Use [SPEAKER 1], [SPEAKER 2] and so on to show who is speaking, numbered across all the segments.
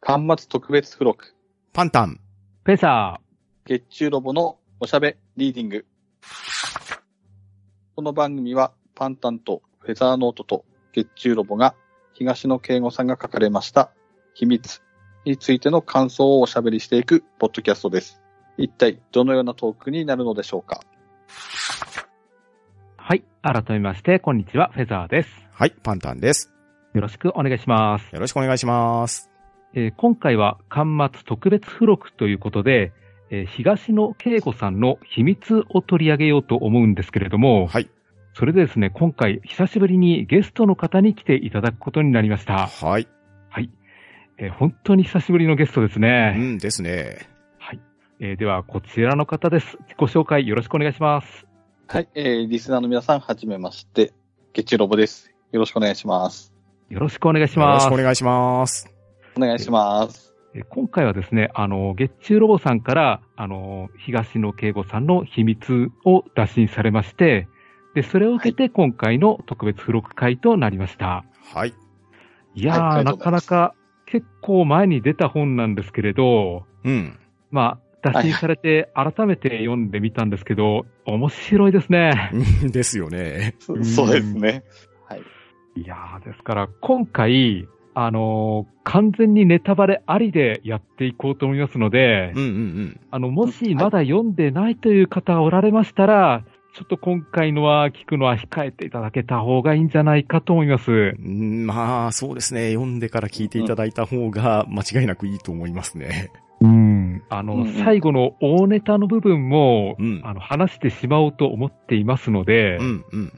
[SPEAKER 1] 端末特別付録、
[SPEAKER 2] パンタン。
[SPEAKER 3] ペサ
[SPEAKER 1] 月中ロボのおしゃべリーディング。この番組は、パンタンとフェザーノートと月中ロボが、東野圭吾さんが書かれました、秘密についての感想をおしゃべりしていくポッドキャストです。一体、どのようなトークになるのでしょうか
[SPEAKER 3] ー。はい。改めまして、こんにちは。フェザーです。
[SPEAKER 2] はい、パンタンです。
[SPEAKER 3] よろしくお願いします。
[SPEAKER 2] よろしくお願いします。
[SPEAKER 3] えー今回は、端末特別付録ということで、えー東野圭吾さんの秘密を取り上げようと思うんですけれども、
[SPEAKER 2] はい。
[SPEAKER 3] それでですね、今回、久しぶりにゲストの方に来ていただくことになりました。
[SPEAKER 2] はい。
[SPEAKER 3] はい。えー本当に久しぶりのゲストです
[SPEAKER 2] う
[SPEAKER 3] ね。
[SPEAKER 2] んですね。
[SPEAKER 3] えーでは、こちらの方です。自己紹介よろしくお願いします。
[SPEAKER 1] はい、えー、リスナーの皆さん、はじめまして、月中ロボです。よろしくお願いします。
[SPEAKER 3] よろしくお願いし
[SPEAKER 2] よろ
[SPEAKER 3] ま
[SPEAKER 2] し
[SPEAKER 3] す
[SPEAKER 2] くお。願いします。
[SPEAKER 1] お願いします。
[SPEAKER 3] えー今回はですね、あの、月中ロボさんから、あの、東野圭吾さんの秘密を打診されまして、で、それを受けて今回の特別付録会となりました。
[SPEAKER 2] はい。
[SPEAKER 3] いやー、
[SPEAKER 1] はいありが
[SPEAKER 3] な
[SPEAKER 1] とうござ
[SPEAKER 3] か
[SPEAKER 1] いま
[SPEAKER 3] な
[SPEAKER 1] す
[SPEAKER 3] か結構前に出た本なんですけれど、
[SPEAKER 2] うん。
[SPEAKER 3] まあ、打診されて改めて読んでみたんですけど、面白いですね。
[SPEAKER 2] うんですよね。
[SPEAKER 1] そ
[SPEAKER 3] うん
[SPEAKER 1] そうですね。はい。
[SPEAKER 3] いやー、ですから今回、あのー完全にネタバレありでやっていこうと思いますので、
[SPEAKER 2] うんうん
[SPEAKER 3] あの、もしまだ読んでないという方がおられましたら、ちょっと今回のは聞くのは控えていただけた方がいいんじゃないかと思います。
[SPEAKER 2] うんうん。まあ、そうですね。読んでから聞いていただいた方が間違いなくいいと思いますね。
[SPEAKER 3] うん。あの、
[SPEAKER 1] うんうん
[SPEAKER 3] 最後の大ネタの部分も、
[SPEAKER 2] うん
[SPEAKER 3] あの、話してしまおうと思っていますので、
[SPEAKER 2] うんうんうん。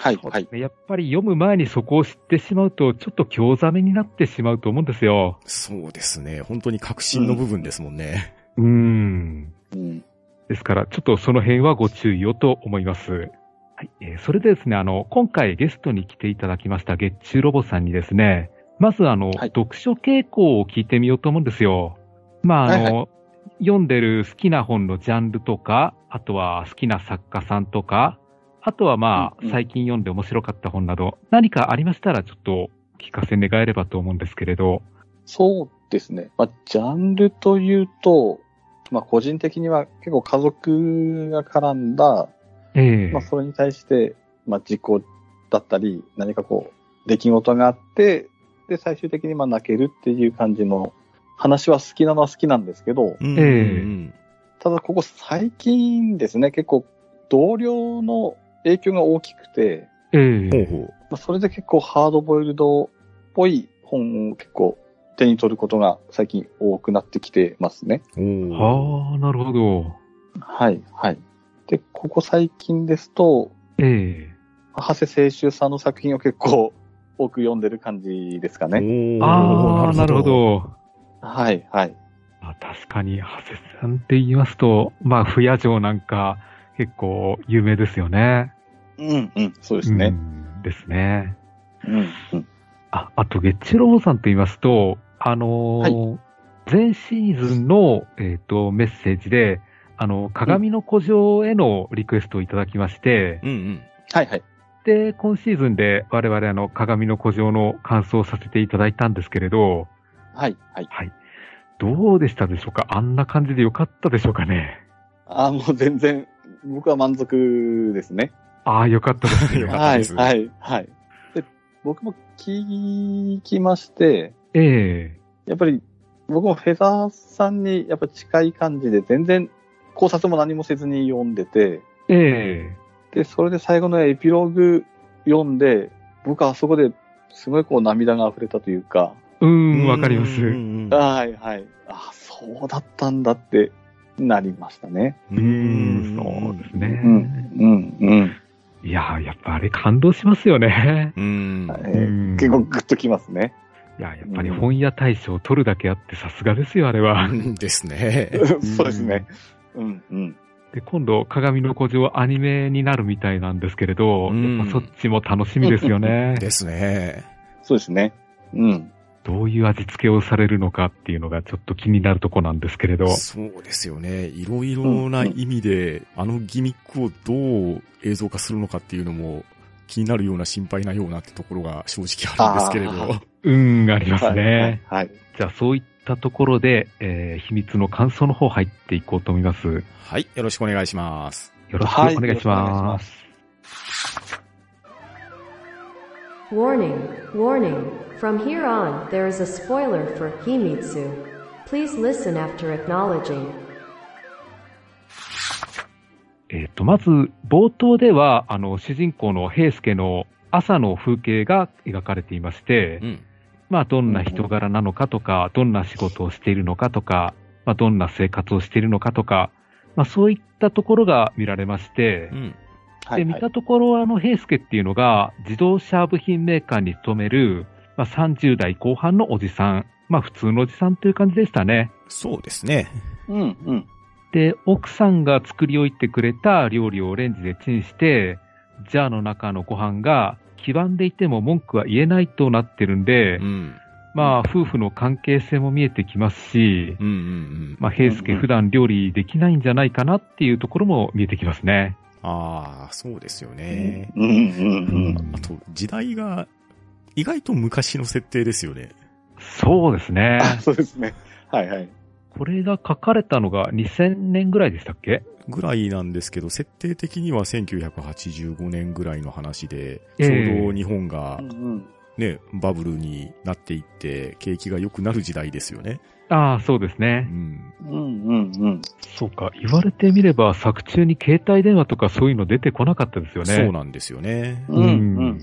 [SPEAKER 1] はい、
[SPEAKER 3] そう
[SPEAKER 1] は
[SPEAKER 3] です
[SPEAKER 1] い。
[SPEAKER 3] ねやっぱり読む前にそこを知ってしまうと、ちょっと興ざめになってしまうと思うんですよ。
[SPEAKER 2] そうですね。本当に確信の部分ですもんね。
[SPEAKER 3] うん。
[SPEAKER 1] うん。
[SPEAKER 3] ですから、ちょっとその辺はご注意をと思います。はい。えーそれでですね、あの、今回ゲストに来ていただきました月中ロボさんにですね、まずあの、
[SPEAKER 1] はい
[SPEAKER 3] 読書傾向を聞いてみようと思うんですよ。まあ、あの、
[SPEAKER 1] はい
[SPEAKER 3] 読んでる好きな本のジャンルとか、あとは好きな作家さんとか、あとはまあ、
[SPEAKER 1] うんうん
[SPEAKER 3] 最近読んで面白かった本など、何かありましたらちょっと聞かせ願えればと思うんですけれど。
[SPEAKER 1] そうですね。まあ、ジャンルというと、まあ、個人的には結構家族が絡んだ、
[SPEAKER 3] ええ
[SPEAKER 1] まあ、それに対して、まあ、事故だったり、何かこう、出来事があって、で、最終的にまあ泣けるっていう感じの話は好きなのは好きなんですけど、
[SPEAKER 2] うんうんうん
[SPEAKER 1] ただここ最近ですね、結構同僚の影響が大きくて、
[SPEAKER 3] え
[SPEAKER 2] ほう
[SPEAKER 3] え
[SPEAKER 2] ほう。
[SPEAKER 1] まあ、それで結構ハードボイルドっぽい本を結構手に取ることが最近多くなってきてますね。
[SPEAKER 2] おー
[SPEAKER 3] はあ、なるほど。
[SPEAKER 1] はい、はい。で、ここ最近ですと、
[SPEAKER 3] ええ
[SPEAKER 1] 長谷清修さんの作品を結構多く読んでる感じですか
[SPEAKER 2] お
[SPEAKER 1] ね。
[SPEAKER 2] ー
[SPEAKER 3] ああ、なるほ。ど。
[SPEAKER 1] はい、はい。
[SPEAKER 3] あ確かに、長谷さんって言いますと、まあ、不夜城なんか結構有名ですよね。
[SPEAKER 1] うん、うん、そうで
[SPEAKER 3] です
[SPEAKER 1] ね。。
[SPEAKER 3] ですね。
[SPEAKER 1] うん、うん。
[SPEAKER 3] あ、あと、ゲッチェロボさんと言いますと、あのー前シーズンの、えっ、と、メッセージで、あの、鏡の古城へのリクエストをいただきまして、
[SPEAKER 2] うんうん。
[SPEAKER 1] はい、はい。
[SPEAKER 3] で、今シーズンで我々あの、鏡の古城の感想をさせていただいたんですけれど、
[SPEAKER 1] はい、はい。
[SPEAKER 3] どうでしたでしょうかあんな感じでよかったでしょうかね
[SPEAKER 1] ああ、もう全然、僕は満足ですね。
[SPEAKER 3] ああ、よかったですね。
[SPEAKER 2] よかった
[SPEAKER 1] は
[SPEAKER 2] で
[SPEAKER 1] い、
[SPEAKER 2] す
[SPEAKER 1] はい、はい。で、僕も聞きまして、
[SPEAKER 3] ええ
[SPEAKER 1] やっぱり僕もフェザーさんにやっぱ近い感じで全然考察も何もせずに読んでて、
[SPEAKER 3] え
[SPEAKER 1] で、それで最後のエピローグ読んで、僕はあそこですごいこう涙が溢れたというか、
[SPEAKER 3] えうーん、わかります。
[SPEAKER 2] うん
[SPEAKER 3] う
[SPEAKER 2] うんうん
[SPEAKER 1] はいはい。あ、そうだったんだってなりましたね。
[SPEAKER 2] う
[SPEAKER 3] ーん、そうですね。
[SPEAKER 1] うん、うん、うん。
[SPEAKER 3] いやー、やっぱあれ感動しますよね。
[SPEAKER 2] うん。
[SPEAKER 1] え
[SPEAKER 3] う
[SPEAKER 1] ー
[SPEAKER 3] ん
[SPEAKER 1] 結構グッときますね。
[SPEAKER 3] いや、やっぱり本屋大賞取るだけあってさすがですよ、あれは。
[SPEAKER 2] ですね。
[SPEAKER 1] そうですね。うん、うん。
[SPEAKER 3] で、今度、鏡の古城アニメになるみたいなんですけれど、
[SPEAKER 2] うん
[SPEAKER 3] やっぱそっちも楽しみですよ ね。
[SPEAKER 2] ですね。
[SPEAKER 1] そうですね。うん。
[SPEAKER 3] どういう味付けをされるのかっていうのがちょっと気になるとこなんですけれど。
[SPEAKER 2] そうですよね。いろいろな意味で、あのギミックをどう映像化するのかっていうのも気になるような心配なようなってところが正直あるんですけれど。
[SPEAKER 3] うん、ありますね。
[SPEAKER 1] はい。はい。
[SPEAKER 3] じゃあそういっったところで、えー秘密の感想の方入っていこうと思います。よ
[SPEAKER 2] はい。よろしくお願いします。
[SPEAKER 3] ろしくお
[SPEAKER 1] はい
[SPEAKER 3] 願いし
[SPEAKER 1] よろしくお願
[SPEAKER 3] ま
[SPEAKER 1] い
[SPEAKER 3] す。
[SPEAKER 4] Warning, warning. From here on, there is a spoiler for Himitsu. Please listen after acknowledging.
[SPEAKER 3] えっ、と、まず、冒頭では、あの、主人公の平助の朝の風景が描かれていまして、
[SPEAKER 2] うん。
[SPEAKER 3] まあ、どんな人柄なのかとか、どんな仕事をしているのかとか、まあ、どんな生活をしているのかとか、まあ、そういったところが見られまして
[SPEAKER 2] う、ん。
[SPEAKER 1] はい
[SPEAKER 3] で、見たところ、あの、平助っていうのが、自動車部品メーカーに勤める、まあ、30代後半のおじさん、まあ、普通のおじさんという感じでしたね。
[SPEAKER 2] そうですね。
[SPEAKER 1] うん、うん。
[SPEAKER 3] で、奥さんが作り置いてくれた料理をレンジでチンして、ジャーの中のご飯が、黄ばんでいても文句は言えないとなってるんで、
[SPEAKER 2] うん。
[SPEAKER 3] まあ、夫婦の関係性も見えてきますし、
[SPEAKER 2] うんうんうん。
[SPEAKER 3] まあ、平介
[SPEAKER 1] うんうん
[SPEAKER 3] 普段料理できないんじゃないかなっていうところも見えてきますね。
[SPEAKER 2] ああ、そうですよね。
[SPEAKER 1] うん、うん、うん。
[SPEAKER 2] あと、時代が、意外と昔の設定ですよね。
[SPEAKER 3] そうですね。
[SPEAKER 1] あそうですね。はい、はい。
[SPEAKER 3] これが書かれたのが2000年ぐらいでしたっけ
[SPEAKER 2] ぐらいなんですけど、設定的には1985年ぐらいの話で、
[SPEAKER 3] え
[SPEAKER 2] ち
[SPEAKER 3] え
[SPEAKER 2] ょうど日本が
[SPEAKER 1] うん、うん。
[SPEAKER 2] ね、バブルになっていって、景気が良くなる時代ですよね。
[SPEAKER 3] ああ、そうです
[SPEAKER 2] う
[SPEAKER 3] ね。
[SPEAKER 2] ん。
[SPEAKER 1] うん、うん、うん。
[SPEAKER 3] そうか。言われてみれば作中に携帯電話とかそういうの出てこなかったですよね。
[SPEAKER 2] そうなんですよね。
[SPEAKER 1] うん、
[SPEAKER 3] うん
[SPEAKER 1] うん、うん。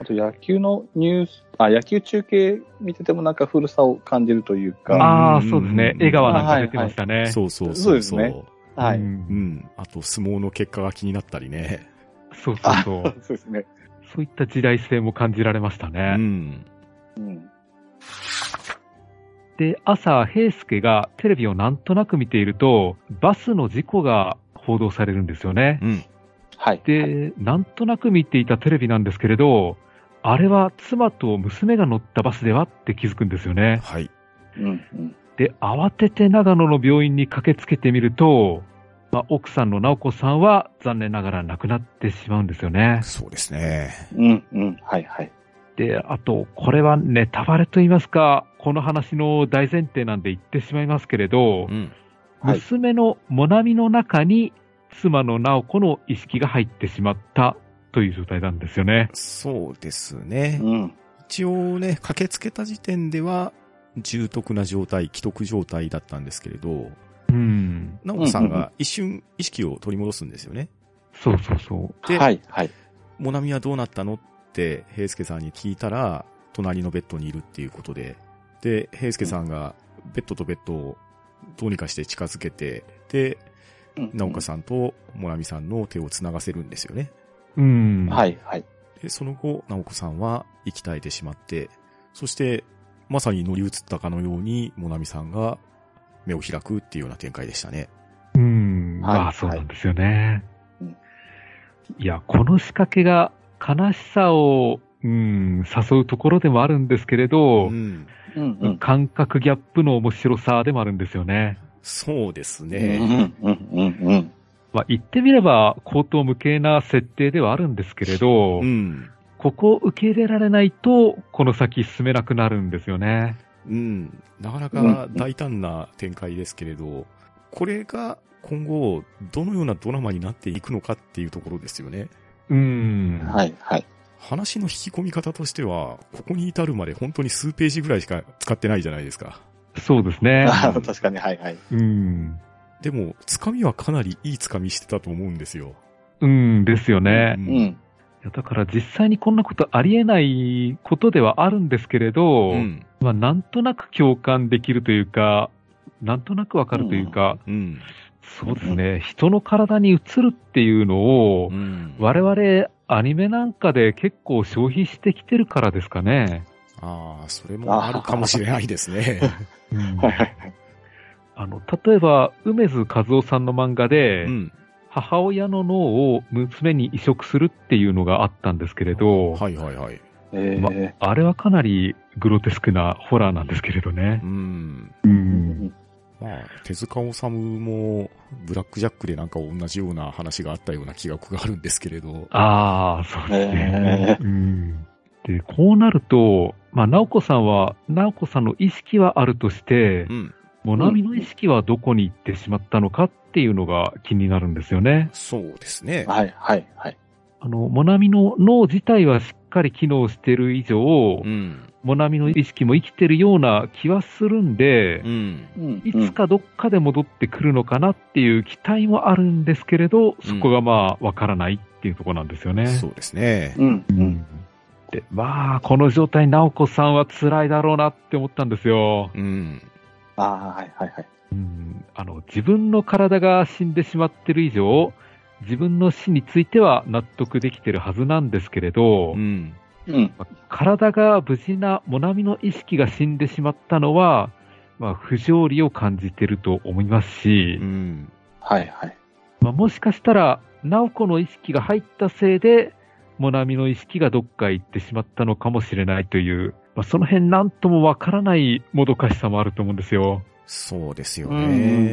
[SPEAKER 1] あと野球のニュース、あ、野球中継見ててもなんか古さを感じるというか、
[SPEAKER 3] ああ、
[SPEAKER 2] うん
[SPEAKER 3] そうですね。笑顔なんか出てましたね。
[SPEAKER 2] そうそうそう
[SPEAKER 1] そうですねは
[SPEAKER 3] う
[SPEAKER 1] い。
[SPEAKER 2] うんん。あと、相撲の結果が気になったりね。
[SPEAKER 3] そうそうそう。
[SPEAKER 1] そうですね。
[SPEAKER 3] そういった時代性も感じられました
[SPEAKER 2] う
[SPEAKER 3] ね。
[SPEAKER 2] ん。
[SPEAKER 1] うん。
[SPEAKER 3] で、朝、平介がテレビをなんとなく見ていると、バスの事故が報道されるんですよね。
[SPEAKER 2] うん。
[SPEAKER 1] はい。はい、
[SPEAKER 3] で、なんとなく見ていたテレビなんですけれど、あれは妻と娘が乗ったバスではって気づくんですよね。
[SPEAKER 2] はい。
[SPEAKER 1] うん、うん。
[SPEAKER 3] で、慌てて長野の病院に駆けつけてみると、まあ、奥さんの直子さんは残念ながら亡くなってしまうんですよね。
[SPEAKER 2] そうですね。
[SPEAKER 1] うん、うん。はい、はい。
[SPEAKER 3] で、あと、これはネタバレと言いますか、この話の大前提なんで言ってしまいますけれど、
[SPEAKER 2] うん。
[SPEAKER 1] はい
[SPEAKER 3] 娘のモナミの中に妻の直子の意識が入ってしまったという状態なんですよね。
[SPEAKER 2] そうですね。
[SPEAKER 1] うん。
[SPEAKER 2] 一応ね、駆けつけた時点では、重篤な状態、既得状態だったんですけれど、
[SPEAKER 3] うん。
[SPEAKER 2] ナオさん
[SPEAKER 1] うんうん
[SPEAKER 2] が一瞬意識を取り戻すんですよね。
[SPEAKER 3] そうそうそう。
[SPEAKER 2] で
[SPEAKER 1] はい、はい。
[SPEAKER 2] モナミはどうなったのって、平介さんに聞いたら、隣のベッドにいるっていうことで、で、平介さんがベッドとベッドをどうにかして近づけて、で、ナオカさんとモナミさんの手を繋がせるんですよね。
[SPEAKER 3] うん。。
[SPEAKER 1] はいい、はい。
[SPEAKER 2] で、その後、直子さんは息絶えてしまって、そして、まさに乗り移ったかのように、モナミさんが目を開くっていうような展開でしたね。
[SPEAKER 3] うん。
[SPEAKER 1] はい
[SPEAKER 3] まあ、そうなんですよね。
[SPEAKER 1] うん
[SPEAKER 3] いや、この仕掛けが悲しさを、うん、誘うところでもあるんですけれど、
[SPEAKER 2] ん。
[SPEAKER 1] うん、うん。
[SPEAKER 3] 感覚ギャップの面白さでもあるんですよね。
[SPEAKER 2] そうです
[SPEAKER 1] う
[SPEAKER 2] ね。
[SPEAKER 1] ん、うん、うん、うん。
[SPEAKER 3] まあ、言ってみれば、口頭無形な設定ではあるんですけれど、
[SPEAKER 2] うん。
[SPEAKER 3] ここを受け入れられないと、この先進めなくなるんですよね。
[SPEAKER 2] うん。なかなか大胆な展開ですけれど、これが今後、どのようなドラマになっていくのかっていうところですよね。
[SPEAKER 3] うーん。
[SPEAKER 1] はい、はい。
[SPEAKER 2] 話の引き込み方としては、ここに至るまで本当に数ページぐらいしか使ってないじゃないですか。
[SPEAKER 3] そうですね。
[SPEAKER 1] あー 確かに、はい、はい。
[SPEAKER 3] うん。
[SPEAKER 2] でも、つかみはかなりいいつかみしてたと思うんですよ。
[SPEAKER 3] うんですよね。
[SPEAKER 2] う
[SPEAKER 1] うんん。
[SPEAKER 3] いやだから実際にこんなことありえないことではあるんですけれど、
[SPEAKER 2] うん。
[SPEAKER 3] まあ、なんとなく共感できるというか、なんとなくわかるというか、
[SPEAKER 2] うん。
[SPEAKER 3] そうですね。人の体に移るっていうのを、
[SPEAKER 2] ん
[SPEAKER 3] 我々アニメなんかで結構消費してきてるからですかね。
[SPEAKER 2] ああ、それもあるかもしれないです ね。
[SPEAKER 1] はい、はい。
[SPEAKER 3] あの例えば、梅津和夫さんの漫画で、
[SPEAKER 2] ん。
[SPEAKER 3] 母親の脳を娘に移植するっていうのがあったんですけれど、
[SPEAKER 2] はいはいはい。
[SPEAKER 1] え
[SPEAKER 3] ま
[SPEAKER 1] え。
[SPEAKER 3] あれはかなりグロテスクなホラーなんですけれどね
[SPEAKER 2] う。ん。
[SPEAKER 3] うん
[SPEAKER 2] まあ、手塚治虫も、ブラックジャックでなんか同じような話があったような記憶があるんですけれど、
[SPEAKER 3] ああ、そうですね。
[SPEAKER 1] え
[SPEAKER 3] うんで、こうなると、まあ、直子さんは、直子さんの意識はあるとして
[SPEAKER 2] う、ん。
[SPEAKER 3] モナミの意識はどこに行ってしまったのかっていうのが気になるんですよね。
[SPEAKER 2] そうですね。
[SPEAKER 1] はい、はい、はい。
[SPEAKER 3] あの、モナミの脳自体はしっかり機能してる以上、
[SPEAKER 2] うん。
[SPEAKER 3] モナミの意識も生きてるような気はするんで
[SPEAKER 2] う、ん。
[SPEAKER 1] うん
[SPEAKER 3] いつかどっかで戻ってくるのかなっていう期待もあるんですけれど、そこがまあ、わからないっていうところなんですよね。
[SPEAKER 2] そうですね。
[SPEAKER 1] うん、う。
[SPEAKER 3] うんんで、まあ、この状態、直子さんは辛いだろうなって思ったんですよ。
[SPEAKER 2] うん。
[SPEAKER 1] ああ、はい、はい、はい。
[SPEAKER 3] うん、あの、自分の体が死んでしまってる以上、自分の死については納得できてるはずなんですけれど、
[SPEAKER 2] うん。
[SPEAKER 1] うん、
[SPEAKER 3] 体が無事なモナミの意識が死んでしまったのは、まあ、不条理を感じてると思いますし
[SPEAKER 2] う、ん。
[SPEAKER 1] はい、はい。
[SPEAKER 3] まあ、もしかしたら、直子の意識が入ったせいで、モナミの意識がどっか行ってしまったのかもしれないという、まあ、その辺なんともわからないもどかしさもあると思うんですよ。
[SPEAKER 2] そうですよ
[SPEAKER 1] う
[SPEAKER 2] ね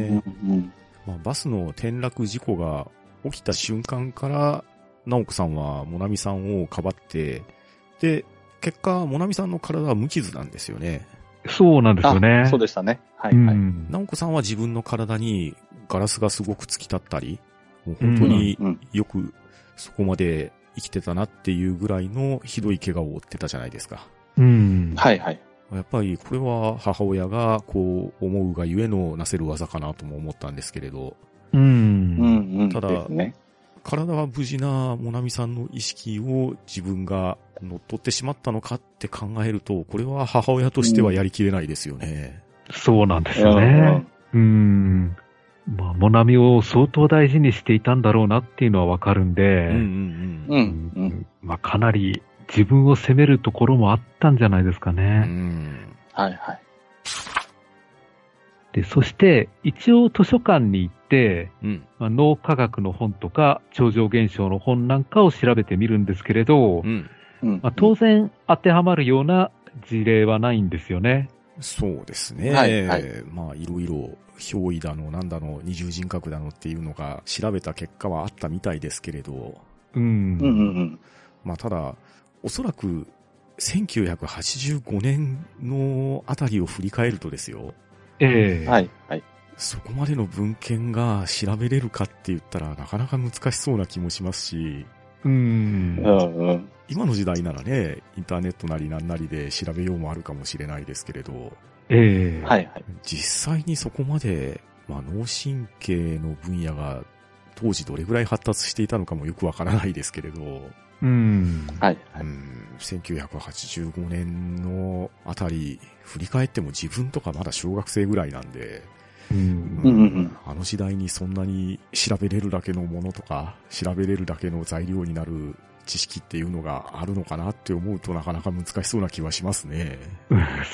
[SPEAKER 1] ん。うん
[SPEAKER 2] まあ、バスの転落事故が起きた瞬間から、直子さんはモナミさんをかばって、で、結果、モナミさんの体は無傷なんですよね。
[SPEAKER 3] そうなんですよね
[SPEAKER 1] あ。そうでしたね。はい、は
[SPEAKER 3] う
[SPEAKER 1] い。
[SPEAKER 3] ん
[SPEAKER 2] 直子さんは自分の体にガラスがすごく突き立ったり、もう本当に
[SPEAKER 1] うんうん
[SPEAKER 2] よくそこまで生きてたなっていうぐらいのひどい怪我を負ってたじゃないですか。
[SPEAKER 3] うん。
[SPEAKER 1] はい、はい。
[SPEAKER 2] やっぱりこれは母親がこう思うがゆえのなせる技かなとも思ったんですけれど、
[SPEAKER 3] う。
[SPEAKER 1] うんん、うん。
[SPEAKER 2] ただ
[SPEAKER 1] ですね。
[SPEAKER 2] 体は無事なモナミさんの意識を自分が乗っ取ってしまったのかって考えると、これは母親としてはやりきれないですよね。
[SPEAKER 3] そうなんですよね。
[SPEAKER 1] う
[SPEAKER 3] うん。まあ、モナミを相当大事にしていたんだろうなっていうのはわかるんで、
[SPEAKER 2] うんうんうん。
[SPEAKER 1] ん、う、
[SPEAKER 3] うん
[SPEAKER 1] うん。
[SPEAKER 3] まあ、かなり自分を責めるところもあったんじゃないですか
[SPEAKER 2] う
[SPEAKER 3] ね。
[SPEAKER 2] ん。
[SPEAKER 1] はい、はい。
[SPEAKER 3] で、そして、一応図書館に行って、
[SPEAKER 2] うん。
[SPEAKER 3] まあ、脳科学の本とか、超常現象の本なんかを調べてみるんですけれど、
[SPEAKER 2] うん。
[SPEAKER 1] うん
[SPEAKER 3] まあ、当然当てはまるような事例はないんですよね。
[SPEAKER 2] そうですね。
[SPEAKER 1] はいは
[SPEAKER 2] まあ、いろいろ、憑依だの、なんだの、二重人格だのっていうのが調べた結果はあったみたいですけれど、
[SPEAKER 3] うん。
[SPEAKER 1] うん、うん、うん。
[SPEAKER 2] まあ、ただ、おそらく、1985年のあたりを振り返るとですよ、
[SPEAKER 3] ええ
[SPEAKER 1] はい、はい。
[SPEAKER 2] そこまでの文献が調べれるかって言ったらなかなか難しそうな気もしますし、
[SPEAKER 3] うん
[SPEAKER 1] う。ん、うん。
[SPEAKER 2] 今の時代ならね、インターネットなりなんなりで調べようもあるかもしれないですけれど、
[SPEAKER 3] ええ
[SPEAKER 1] はい、はい。
[SPEAKER 2] 実際にそこまで、まあ、脳神経の分野が当時どれぐらい発達していたのかもよくわからないですけれど、
[SPEAKER 3] うん。
[SPEAKER 1] はい、
[SPEAKER 2] う
[SPEAKER 1] はい。
[SPEAKER 2] ん、1985年のあたり、振り返っても自分とかまだ小学生ぐらいなんで、
[SPEAKER 3] うん
[SPEAKER 1] うんうんうん
[SPEAKER 2] あの時代にそんなに調べれるだけのものとか、調べれるだけの材料になる知識っていうのがあるのかなって思うとなかなか難しそうな気はしますね。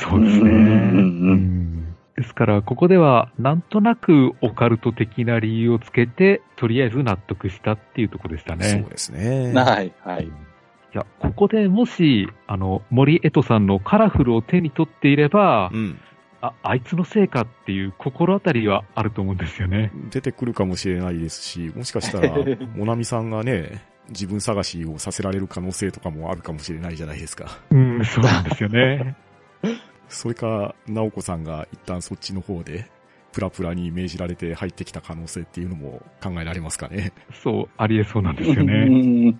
[SPEAKER 3] そうですね。
[SPEAKER 1] うんうんうん
[SPEAKER 3] うんですから、ここでは、なんとなくオカルト的な理由をつけて、とりあえず納得したっていうところでしたね。
[SPEAKER 2] そうですね。
[SPEAKER 1] はい、はい。
[SPEAKER 3] いや、ここでもし、あの、森江戸さんのカラフルを手に取っていれば、
[SPEAKER 2] うん。
[SPEAKER 3] あ、あいつのせいかっていう心当たりはあると思うんですよね。
[SPEAKER 2] 出てくるかもしれないですし、もしかしたら、モナミさんがね、自分探しをさせられる可能性とかもあるかもしれないじゃないですか。
[SPEAKER 3] うん、そうなんです よね。
[SPEAKER 2] それか、ナオコさんが一旦そっちの方で、プラプラに命じられて入ってきた可能性っていうのも考えられますかね。
[SPEAKER 3] そう、ありえそうなんですよ
[SPEAKER 1] う
[SPEAKER 3] ね。
[SPEAKER 1] ん、うん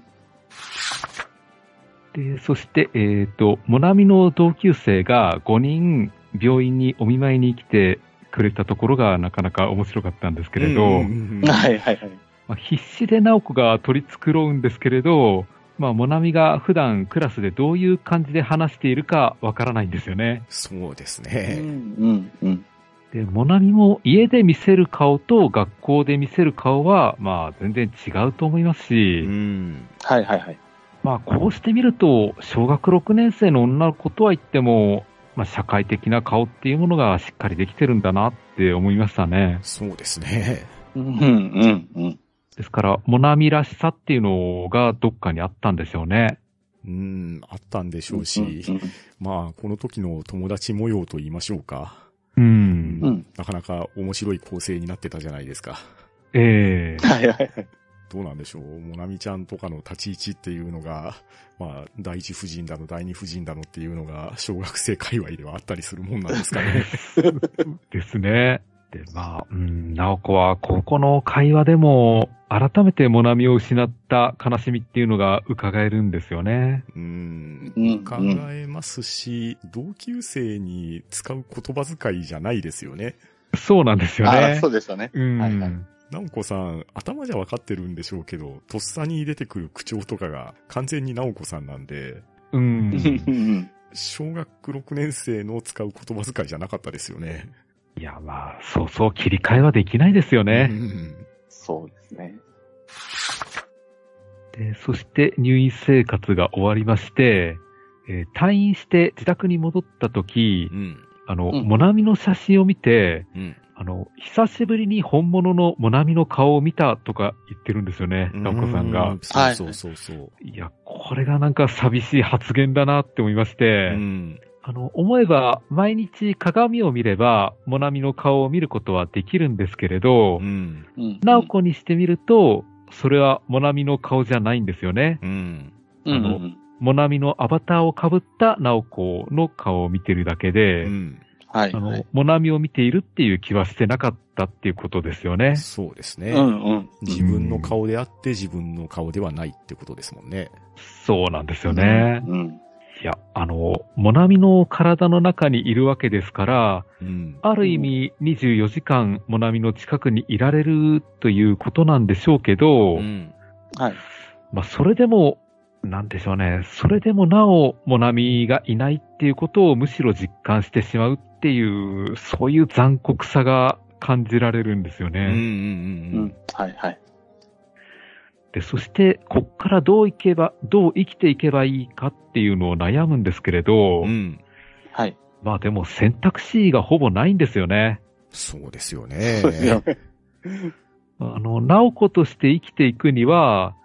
[SPEAKER 3] で、そして、えっ、と、モナミの同級生が5人病院にお見舞いに来てくれたところがなかなか面白かったんですけれど、
[SPEAKER 2] うんうんうん
[SPEAKER 1] はい、はい、はい。
[SPEAKER 3] まあ、必死で直子が取り繕うんですけれど、まあ、モナミが普段クラスでどういう感じで話しているかわからないんですよね。
[SPEAKER 2] そうです
[SPEAKER 1] う
[SPEAKER 2] ね。
[SPEAKER 1] ん、うん、うん。
[SPEAKER 3] で、モナミも家で見せる顔と学校で見せる顔は、まあ、全然違うと思いますし、
[SPEAKER 2] うん。
[SPEAKER 1] はい、はい、はい。
[SPEAKER 3] まあ、こうしてみると、小学6年生の女の子とは言っても、まあ、社会的な顔っていうものがしっかりできてるんだなって思いましたね。
[SPEAKER 2] そうですね。
[SPEAKER 1] うん、うん、うん。
[SPEAKER 3] ですから、モナミらしさっていうのがどっかにあったんでしょうね。
[SPEAKER 2] うん、あったんでしょうし、まあ、この時の友達模様と言いましょうか。
[SPEAKER 3] う。
[SPEAKER 2] うん
[SPEAKER 1] うん
[SPEAKER 2] なかなか面白い構成になってたじゃないですか。
[SPEAKER 3] ええ
[SPEAKER 1] はい、はい、はい。
[SPEAKER 2] どうなんでしょう。モナミちゃんとかの立ち位置っていうのが、 まあ、第一夫人だの、第二夫人だのっていうのが、小学生界隈ではあったりするもんなんですか ね。
[SPEAKER 3] ですね。で、まあ、うん、ナオコは、ここの会話でも、改めてモナミを失った悲しみっていうのが伺えるんですよね。
[SPEAKER 2] うん。
[SPEAKER 1] うん
[SPEAKER 2] 考えますし、同級生に使う言葉遣いじゃないですよね。
[SPEAKER 3] そうなんですよ
[SPEAKER 1] あ
[SPEAKER 3] ね
[SPEAKER 1] あ、そ。うでしたね。
[SPEAKER 3] うん、
[SPEAKER 1] はいはい
[SPEAKER 2] ナオコさん、頭じゃわかってるんでしょうけど、とっさに出てくる口調とかが完全にナオコさんなんで、
[SPEAKER 3] う。
[SPEAKER 1] うん んうん
[SPEAKER 2] 小学6年生の使う言葉遣いじゃなかったですよね。
[SPEAKER 3] いや、まあ、そうそう切り替えはできないですよね。
[SPEAKER 2] うん
[SPEAKER 1] そうですね。
[SPEAKER 3] でそして入院生活が終わりまして、えー退院して自宅に戻った時、
[SPEAKER 2] うん。
[SPEAKER 3] あの、
[SPEAKER 1] うん
[SPEAKER 3] モナミの写真を見て、
[SPEAKER 2] うん。
[SPEAKER 3] あの、久しぶりに本物のモナミの顔を見たとか言ってるんですよね、ナオコさん
[SPEAKER 2] う
[SPEAKER 3] が。。
[SPEAKER 2] そうそうそうそう。
[SPEAKER 3] いや、これがなんか寂しい発言だなって思いまして、
[SPEAKER 2] うん。
[SPEAKER 3] あの、思えば毎日鏡を見れば、モナミの顔を見ることはできるんですけれど、
[SPEAKER 2] うん。
[SPEAKER 1] うん
[SPEAKER 3] ナオコにしてみると、それはモナミの顔じゃないんですよね。
[SPEAKER 2] うん。
[SPEAKER 1] うんうん
[SPEAKER 3] あのモナミのアバターを被ったナオコの顔を見てるだけで、
[SPEAKER 2] うん。
[SPEAKER 1] はい。
[SPEAKER 3] あ
[SPEAKER 1] は
[SPEAKER 3] の
[SPEAKER 1] い、
[SPEAKER 3] モナミを見ているっていう気はしてなかったっていうことですよね。
[SPEAKER 2] そうですね。
[SPEAKER 1] うんうん。
[SPEAKER 2] 自分の顔であって自分の顔ではないってことですもんね。
[SPEAKER 3] そうなんですよね。
[SPEAKER 1] うん。
[SPEAKER 3] いや、あの、モナミの体の中にいるわけですから、
[SPEAKER 2] うん。
[SPEAKER 3] ある意味24時間モナミの近くにいられるということなんでしょうけど、
[SPEAKER 2] うん。
[SPEAKER 1] はい。
[SPEAKER 3] まあ、それでも、なんでしょうね。それでもなお、モナミがいないっていうことをむしろ実感してしまうっていう、そういう残酷さが感じられるんですよ
[SPEAKER 2] うん
[SPEAKER 3] ね。
[SPEAKER 2] うん
[SPEAKER 1] う
[SPEAKER 2] うん
[SPEAKER 1] ん。はいはい。
[SPEAKER 3] で、そして、こっからどういけば、どう生きていけばいいかっていうのを悩むんですけれ
[SPEAKER 2] う
[SPEAKER 3] ど、
[SPEAKER 2] ん。うん。
[SPEAKER 1] はい。
[SPEAKER 3] まあでも選択肢がほぼないんですよね。
[SPEAKER 2] そうですよね。
[SPEAKER 1] そうですよ。
[SPEAKER 3] あの、ナオコとして生きていくには、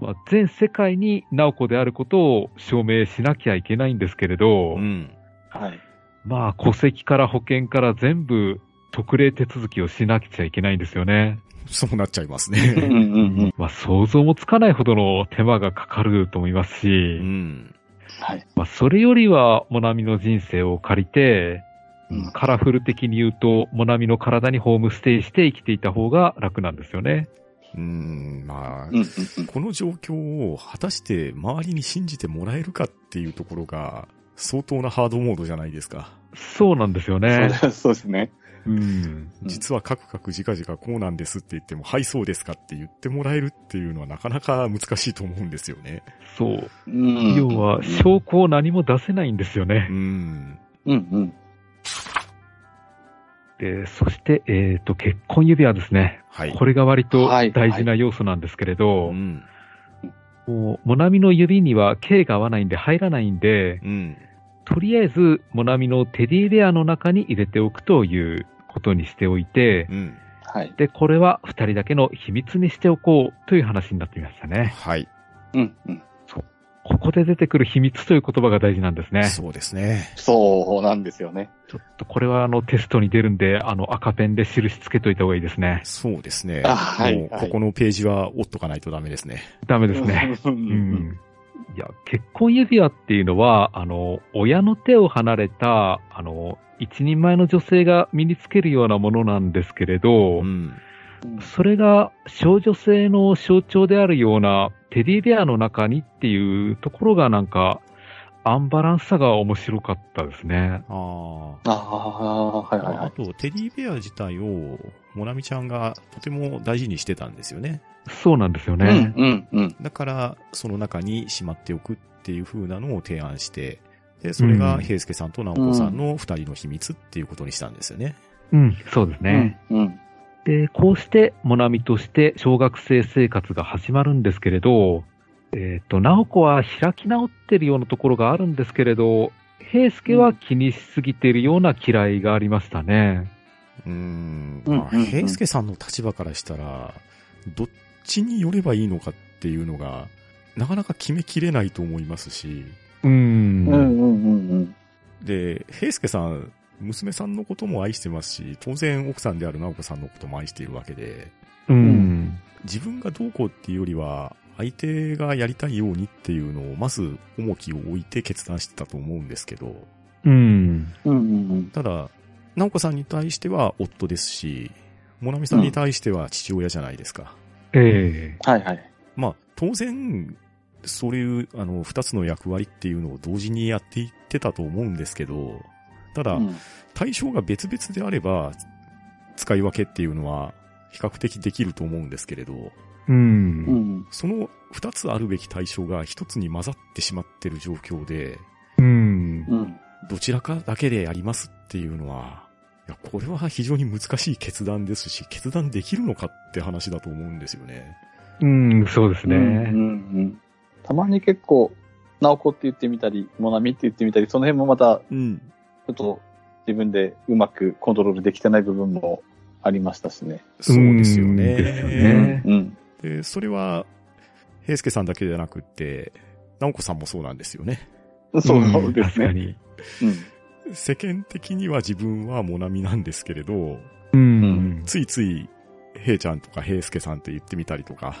[SPEAKER 3] まあ、全世界にナオコであることを証明しなきゃいけないんですけれど、
[SPEAKER 2] うん。
[SPEAKER 1] はい。
[SPEAKER 3] まあ戸籍から保険から全部特例手続きをしなきゃいけないんですよね。
[SPEAKER 2] そうなっちゃいます
[SPEAKER 1] うん
[SPEAKER 2] ね。
[SPEAKER 1] うんうん。
[SPEAKER 3] まあ想像もつかないほどの手間がかかると思いますし、
[SPEAKER 2] うん。
[SPEAKER 1] はい。
[SPEAKER 3] まあ、それよりは、モナミの人生を借りて、
[SPEAKER 1] うん
[SPEAKER 3] カラフル的に言うと、モナミの体にホームステイして生きていた方が楽なんですよね。
[SPEAKER 2] うん。まあ
[SPEAKER 1] う、んうん
[SPEAKER 2] この状況を果たして周りに信じてもらえるかっていうところが相当なハードモードじゃないですか。
[SPEAKER 3] そうなんです
[SPEAKER 1] う
[SPEAKER 3] よ
[SPEAKER 1] ん。
[SPEAKER 3] ね。
[SPEAKER 1] そうだそうですね。
[SPEAKER 3] う
[SPEAKER 1] う
[SPEAKER 3] ん。
[SPEAKER 1] ん
[SPEAKER 2] 実はカクカクジカジカこうなんですって言っても、はいそうですかって言ってもらえるっていうのはなかなか難しいと思うんですよね。
[SPEAKER 3] そう。
[SPEAKER 1] うん
[SPEAKER 3] 要は、証拠を何も出せないんですよね
[SPEAKER 2] う。ん。
[SPEAKER 1] うんうん。
[SPEAKER 3] で、そして、えっ、と、結婚指輪ですね。
[SPEAKER 2] はい。
[SPEAKER 3] これが割と
[SPEAKER 1] はい
[SPEAKER 3] 大事な要素なんですけれど、
[SPEAKER 2] うん。
[SPEAKER 3] もうモナミの指には径が合わないんで入らないんで、
[SPEAKER 2] うん。
[SPEAKER 3] とりあえず、モナミのテディベアの中に入れておくということにしておいて、
[SPEAKER 2] うん。
[SPEAKER 1] はい。
[SPEAKER 3] で、これは二人だけの秘密にしておこうという話になっていましたね。
[SPEAKER 2] はい。
[SPEAKER 1] うんうん。
[SPEAKER 3] ここで出てくる秘密という言葉が大事なんですね。
[SPEAKER 2] そうですね。
[SPEAKER 1] そうなんですよね。
[SPEAKER 3] ちょっとこれはあのテストに出るんで、あの赤ペンで印つけといた方がいいですね。
[SPEAKER 2] そうですね。
[SPEAKER 1] あはい
[SPEAKER 2] もうここのページは折っとかないとダメですね。
[SPEAKER 3] ダメですね。
[SPEAKER 1] うん
[SPEAKER 3] う
[SPEAKER 1] うん
[SPEAKER 3] ん。いや、結婚指輪っていうのは、あの、親の手を離れた、あの、一人前の女性が身につけるようなものなんですけれど、
[SPEAKER 2] うん。
[SPEAKER 1] うん。
[SPEAKER 3] それが少女性の象徴であるようなテディベアの中にっていうところがなんかアンバランスさが面白かったですね。
[SPEAKER 2] ああ。
[SPEAKER 1] ああ、はいはいは
[SPEAKER 2] あ
[SPEAKER 1] い。
[SPEAKER 2] と、テディベア自体を、モナミちゃんがとても大事にしてたんですよね。
[SPEAKER 3] そうなんですよ
[SPEAKER 1] う
[SPEAKER 3] ね
[SPEAKER 1] ん。うんうん。
[SPEAKER 2] だから、その中にしまっておくっていう風なのを提案して、で、それ
[SPEAKER 3] う
[SPEAKER 2] が
[SPEAKER 3] ん
[SPEAKER 2] 平介さんと直子さんの二人の秘密っていうことにしたんですよね。
[SPEAKER 3] うん、そうですね、
[SPEAKER 1] うん
[SPEAKER 3] で、こうしてモナミとして小学生生活が始まるんですけれど、えっ、と、ナオコは開き直ってるようなところがあるんですけれど、平介は気にしすぎているような嫌いがありましたね。
[SPEAKER 2] うーん。
[SPEAKER 1] うん
[SPEAKER 2] まあ
[SPEAKER 1] うんうん
[SPEAKER 2] 平介さんの立場からしたら、どっちに寄ればいいのかっていうのが、なかなか決めきれないと思いますし、
[SPEAKER 3] うん。
[SPEAKER 1] うんうんうんうん。
[SPEAKER 2] で、平介さん、娘さんのことも愛してますし、当然奥さんである直子さんのことも愛しているわけで、
[SPEAKER 3] うん。
[SPEAKER 1] ん
[SPEAKER 2] 自分がどうこうっていうよりは、相手がやりたいようにっていうのを、まず重きを置いて決断してたと思うんですけど、
[SPEAKER 3] うん。
[SPEAKER 1] うんうんうん。
[SPEAKER 2] ただ、直子さんに対しては夫ですし、モナミさんに対しては父親じゃないですか。
[SPEAKER 3] ええ
[SPEAKER 1] はいはい。
[SPEAKER 2] まあ、当然、そういう、あの、二つの役割っていうのを同時にやっていってたと思うんですけど、ただ、
[SPEAKER 1] うん
[SPEAKER 2] 対象が別々であれば、使い分けっていうのは比較的できると思うんですけれど、
[SPEAKER 3] う。
[SPEAKER 1] うんん。
[SPEAKER 2] その二つあるべき対象が一つに混ざってしまってる状況で、
[SPEAKER 3] うん。
[SPEAKER 1] うん。
[SPEAKER 2] どちらかだけでやりますっていうのは、いや、これは非常に難しい決断ですし、決断できるのかって話だと思うんですよね。
[SPEAKER 3] うん、そうです
[SPEAKER 1] うんうん
[SPEAKER 3] ね。
[SPEAKER 1] うん。たまに結構、ナオコって言ってみたり、モナミって言ってみたり、その辺もまた、
[SPEAKER 2] うん。
[SPEAKER 1] ちょっと自分でうまくコントロールできてない部分もありましたしね。
[SPEAKER 2] そうですよね。
[SPEAKER 3] うんですよね
[SPEAKER 1] うん。
[SPEAKER 2] で、それは、平介さんだけじゃなくって、直子さんもそうなんですよね。
[SPEAKER 1] そうです
[SPEAKER 3] 確か
[SPEAKER 1] ね。
[SPEAKER 3] に。
[SPEAKER 1] う
[SPEAKER 2] 世間的には自分はモナミなんですけれど、
[SPEAKER 3] うん。
[SPEAKER 2] ついつい、平ちゃんとか平介さんって言ってみたりとか、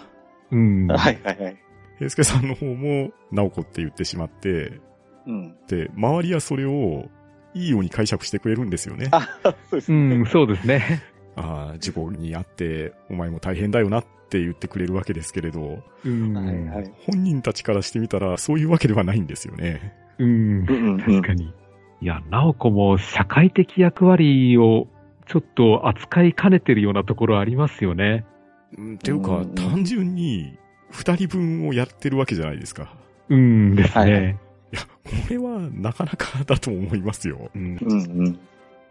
[SPEAKER 3] うん。
[SPEAKER 1] ん。はいはいはい。
[SPEAKER 2] 平介さんの方も直子って言ってしまって、
[SPEAKER 1] うん。
[SPEAKER 2] で、周りはそれを、いいように解釈してくれるんですよね。
[SPEAKER 1] あそうです
[SPEAKER 3] う
[SPEAKER 1] ね。
[SPEAKER 3] ん、そうですね。
[SPEAKER 2] ああ、事故にあって、お前も大変だよなって言ってくれるわけですけれど、
[SPEAKER 3] うん。
[SPEAKER 1] はいはい。
[SPEAKER 2] 本人たちからしてみたら、そういうわけではないんですよね。
[SPEAKER 3] うん。
[SPEAKER 1] うんうん
[SPEAKER 3] 確かに。いや、なおこも社会的役割をちょっと扱いかねてるようなところありますよね。
[SPEAKER 2] うんっていうか
[SPEAKER 1] う、ん
[SPEAKER 2] 単純に、二人分をやってるわけじゃないですか。
[SPEAKER 3] うんですね。
[SPEAKER 1] はいはい
[SPEAKER 2] いや、これはなかなかだと思いますよ。うん
[SPEAKER 1] うんうん。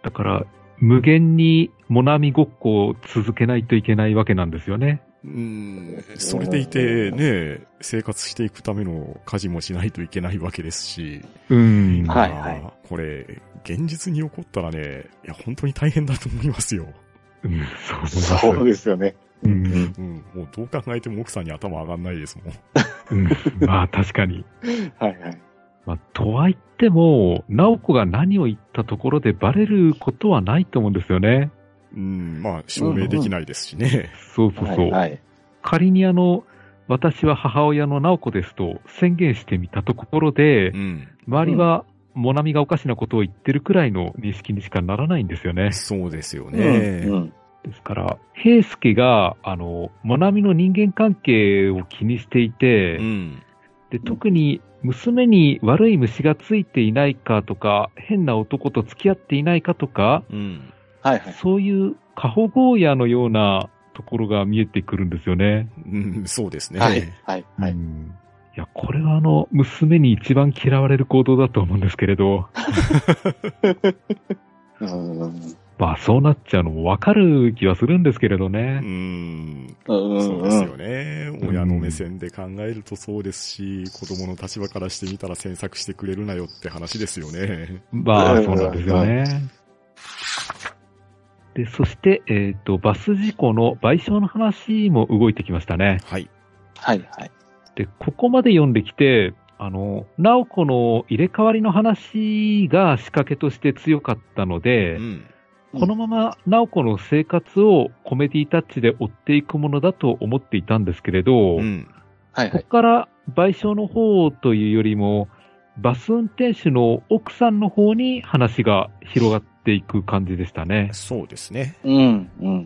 [SPEAKER 3] だから、無限にモナミごっこを続けないといけないわけなんですよね。
[SPEAKER 2] うんそれでいて、ね、生活していくための家事もしないといけないわけですし、
[SPEAKER 3] うん
[SPEAKER 1] はい
[SPEAKER 2] まあこれ、現実に起こったらね、いや、本当に大変だと思いますよ。
[SPEAKER 3] うん、そう
[SPEAKER 1] そう
[SPEAKER 3] 思います。
[SPEAKER 1] ですよね。
[SPEAKER 3] うん、
[SPEAKER 2] うん、もうどう考えても奥さんに頭上がんないですもん。
[SPEAKER 3] うんまあ確かに。
[SPEAKER 1] はいはい。
[SPEAKER 3] まあ、とはいっても、ナオコが何を言ったところでバレることはないと思うんですよね。
[SPEAKER 2] うん、まあ、証明できないですしね。
[SPEAKER 3] そうそうそう。
[SPEAKER 1] はいはい。
[SPEAKER 3] 仮にあの、私は母親のナオコですと宣言してみたところで、
[SPEAKER 2] ん。
[SPEAKER 3] 周りは、モナミがおかしなことを言ってるくらいの認識にしかならないんですよね。
[SPEAKER 2] そうですよ
[SPEAKER 1] うんうん。
[SPEAKER 3] ですから、平介が、あの、モナミの人間関係を気にしていて、
[SPEAKER 2] ん。
[SPEAKER 3] で特に娘に悪い虫がついていないかとか、変な男と付き合っていないかとか、
[SPEAKER 2] うん。
[SPEAKER 1] はいはい。
[SPEAKER 3] そういう過保護親のようなところが見えてくるんですよね。
[SPEAKER 2] うん、そうですね。
[SPEAKER 1] はいはいは
[SPEAKER 3] う
[SPEAKER 1] い。
[SPEAKER 3] んいや、これはあの、娘に一番嫌われる行動だと思うんですけれど、
[SPEAKER 1] うんうん
[SPEAKER 3] まあそうなっちゃうのもわかる気はするんですけれど
[SPEAKER 2] う
[SPEAKER 3] ね。
[SPEAKER 1] う
[SPEAKER 2] ん。
[SPEAKER 1] ん
[SPEAKER 2] そう
[SPEAKER 1] う
[SPEAKER 2] ですよ
[SPEAKER 1] ん。
[SPEAKER 2] ね。
[SPEAKER 3] ん
[SPEAKER 2] 親の目線で考えるとそうですし、子供の立場からしてみたら詮索してくれるなよって話ですよね。
[SPEAKER 3] ま
[SPEAKER 1] う
[SPEAKER 3] あ、
[SPEAKER 1] ん
[SPEAKER 3] そうなんですよね。で、そして、えっ、と、バス事故の賠償の話も動いてきましたね。
[SPEAKER 2] はい。
[SPEAKER 1] はいはい。
[SPEAKER 3] で、ここまで読んできて、あの、ナオコの入れ替わりの話が仕掛けとして強かったので、
[SPEAKER 2] ん。
[SPEAKER 3] このままナオコの生活をコメディタッチで追っていくものだと思っていたんですけれど、
[SPEAKER 2] ん。
[SPEAKER 1] はいは
[SPEAKER 3] こ
[SPEAKER 1] い。
[SPEAKER 3] こから賠償の方というよりも、バス運転手の奥さんの方に話が広がっていく感じでしたね。
[SPEAKER 2] そうですね。
[SPEAKER 1] うんうん。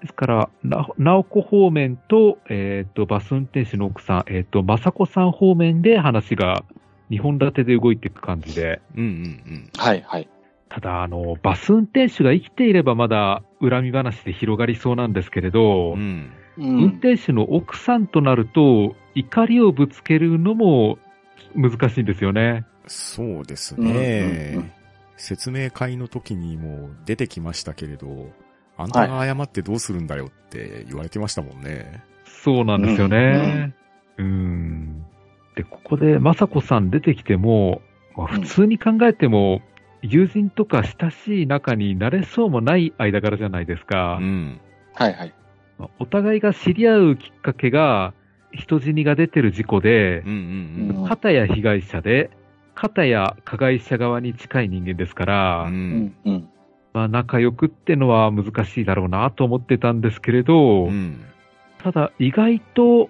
[SPEAKER 3] ですから、な直子方面と、えっ、と、バス運転手の奥さん、えっ、と、雅子さん方面で話が2本立てで動いていく感じで、
[SPEAKER 2] うんうん
[SPEAKER 1] はいはい。
[SPEAKER 3] ただ、あの、バス運転手が生きていればまだ恨み話で広がりそうなんですけれど、
[SPEAKER 2] ん。
[SPEAKER 1] う
[SPEAKER 3] 運
[SPEAKER 1] ん。
[SPEAKER 3] 転手の奥さんとなると、怒りをぶつけるのも難しいんですよね。
[SPEAKER 2] そうです
[SPEAKER 1] うんうんう
[SPEAKER 2] ね
[SPEAKER 1] ん。
[SPEAKER 2] 説明会の時にも出てきましたけれど、あんたが謝ってどうするんだよって言われてましたもんね。
[SPEAKER 3] そうなんですよね。うん。で、ここで雅子さん出てきても、まあ、
[SPEAKER 1] う
[SPEAKER 3] 普
[SPEAKER 1] ん
[SPEAKER 3] 通に考えても、友人とか親しい仲になれそうもない間柄じゃないですか。
[SPEAKER 2] ん。
[SPEAKER 1] はいはい。
[SPEAKER 3] まあお互いが知り合うきっかけが、人死にが出てる事故で
[SPEAKER 2] う、ん
[SPEAKER 1] うん
[SPEAKER 3] 片や被害者で、片や加害者側に近い人間ですから、
[SPEAKER 1] う
[SPEAKER 2] う。
[SPEAKER 1] んんうん。
[SPEAKER 3] まあ、仲良くってのは難しいだろうなと思ってたんですけれど、
[SPEAKER 2] うん。
[SPEAKER 3] ただ、意外と、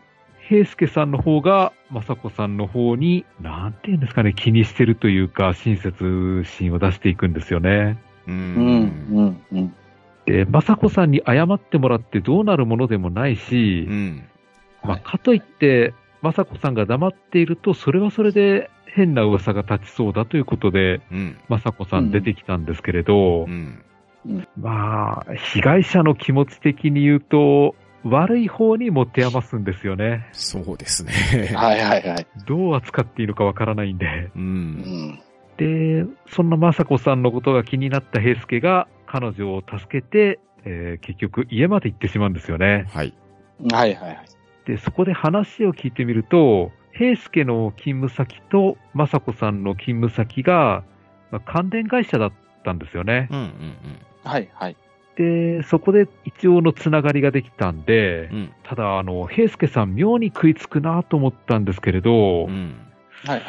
[SPEAKER 3] 平介さんの方が、雅子さんの方に、なんていうんですかね、気にしてるというか、親切心を出していくんですよね。
[SPEAKER 2] う
[SPEAKER 1] うん、
[SPEAKER 2] ん。
[SPEAKER 1] うん、うん。
[SPEAKER 3] で、雅子さんに謝ってもらってどうなるものでもないし、
[SPEAKER 2] うん。
[SPEAKER 3] まあ、かといって、雅子さんが黙っていると、それはそれで変な噂が立ちそうだということで、
[SPEAKER 2] うん。
[SPEAKER 3] 雅子さん出てきたんですけれど、
[SPEAKER 2] うん。
[SPEAKER 3] まあ、被害者の気持ち的に言うと、悪い方に持て余すんですよね。
[SPEAKER 2] そうですね。
[SPEAKER 1] はい、はい、はい。
[SPEAKER 3] どう扱っていいのかわからないんで。
[SPEAKER 2] う。
[SPEAKER 1] うんん。
[SPEAKER 3] で、そんな雅子さんのことが気になった平助が、彼女を助けて、えー結局家まで行ってしまうんですよね。
[SPEAKER 2] はい。
[SPEAKER 1] はい、はい、はい。
[SPEAKER 3] で、そこで話を聞いてみると、平助の勤務先と雅子さんの勤務先が、まあ関連会社だったんですよね。
[SPEAKER 2] うん、
[SPEAKER 1] はい、はい。
[SPEAKER 3] で、そこで一応のつながりができたんで
[SPEAKER 2] うん、う、ん。
[SPEAKER 3] ただ、あの、平助さん妙に食いつくなと思ったんですけれど、
[SPEAKER 2] うん。
[SPEAKER 1] はい、はい。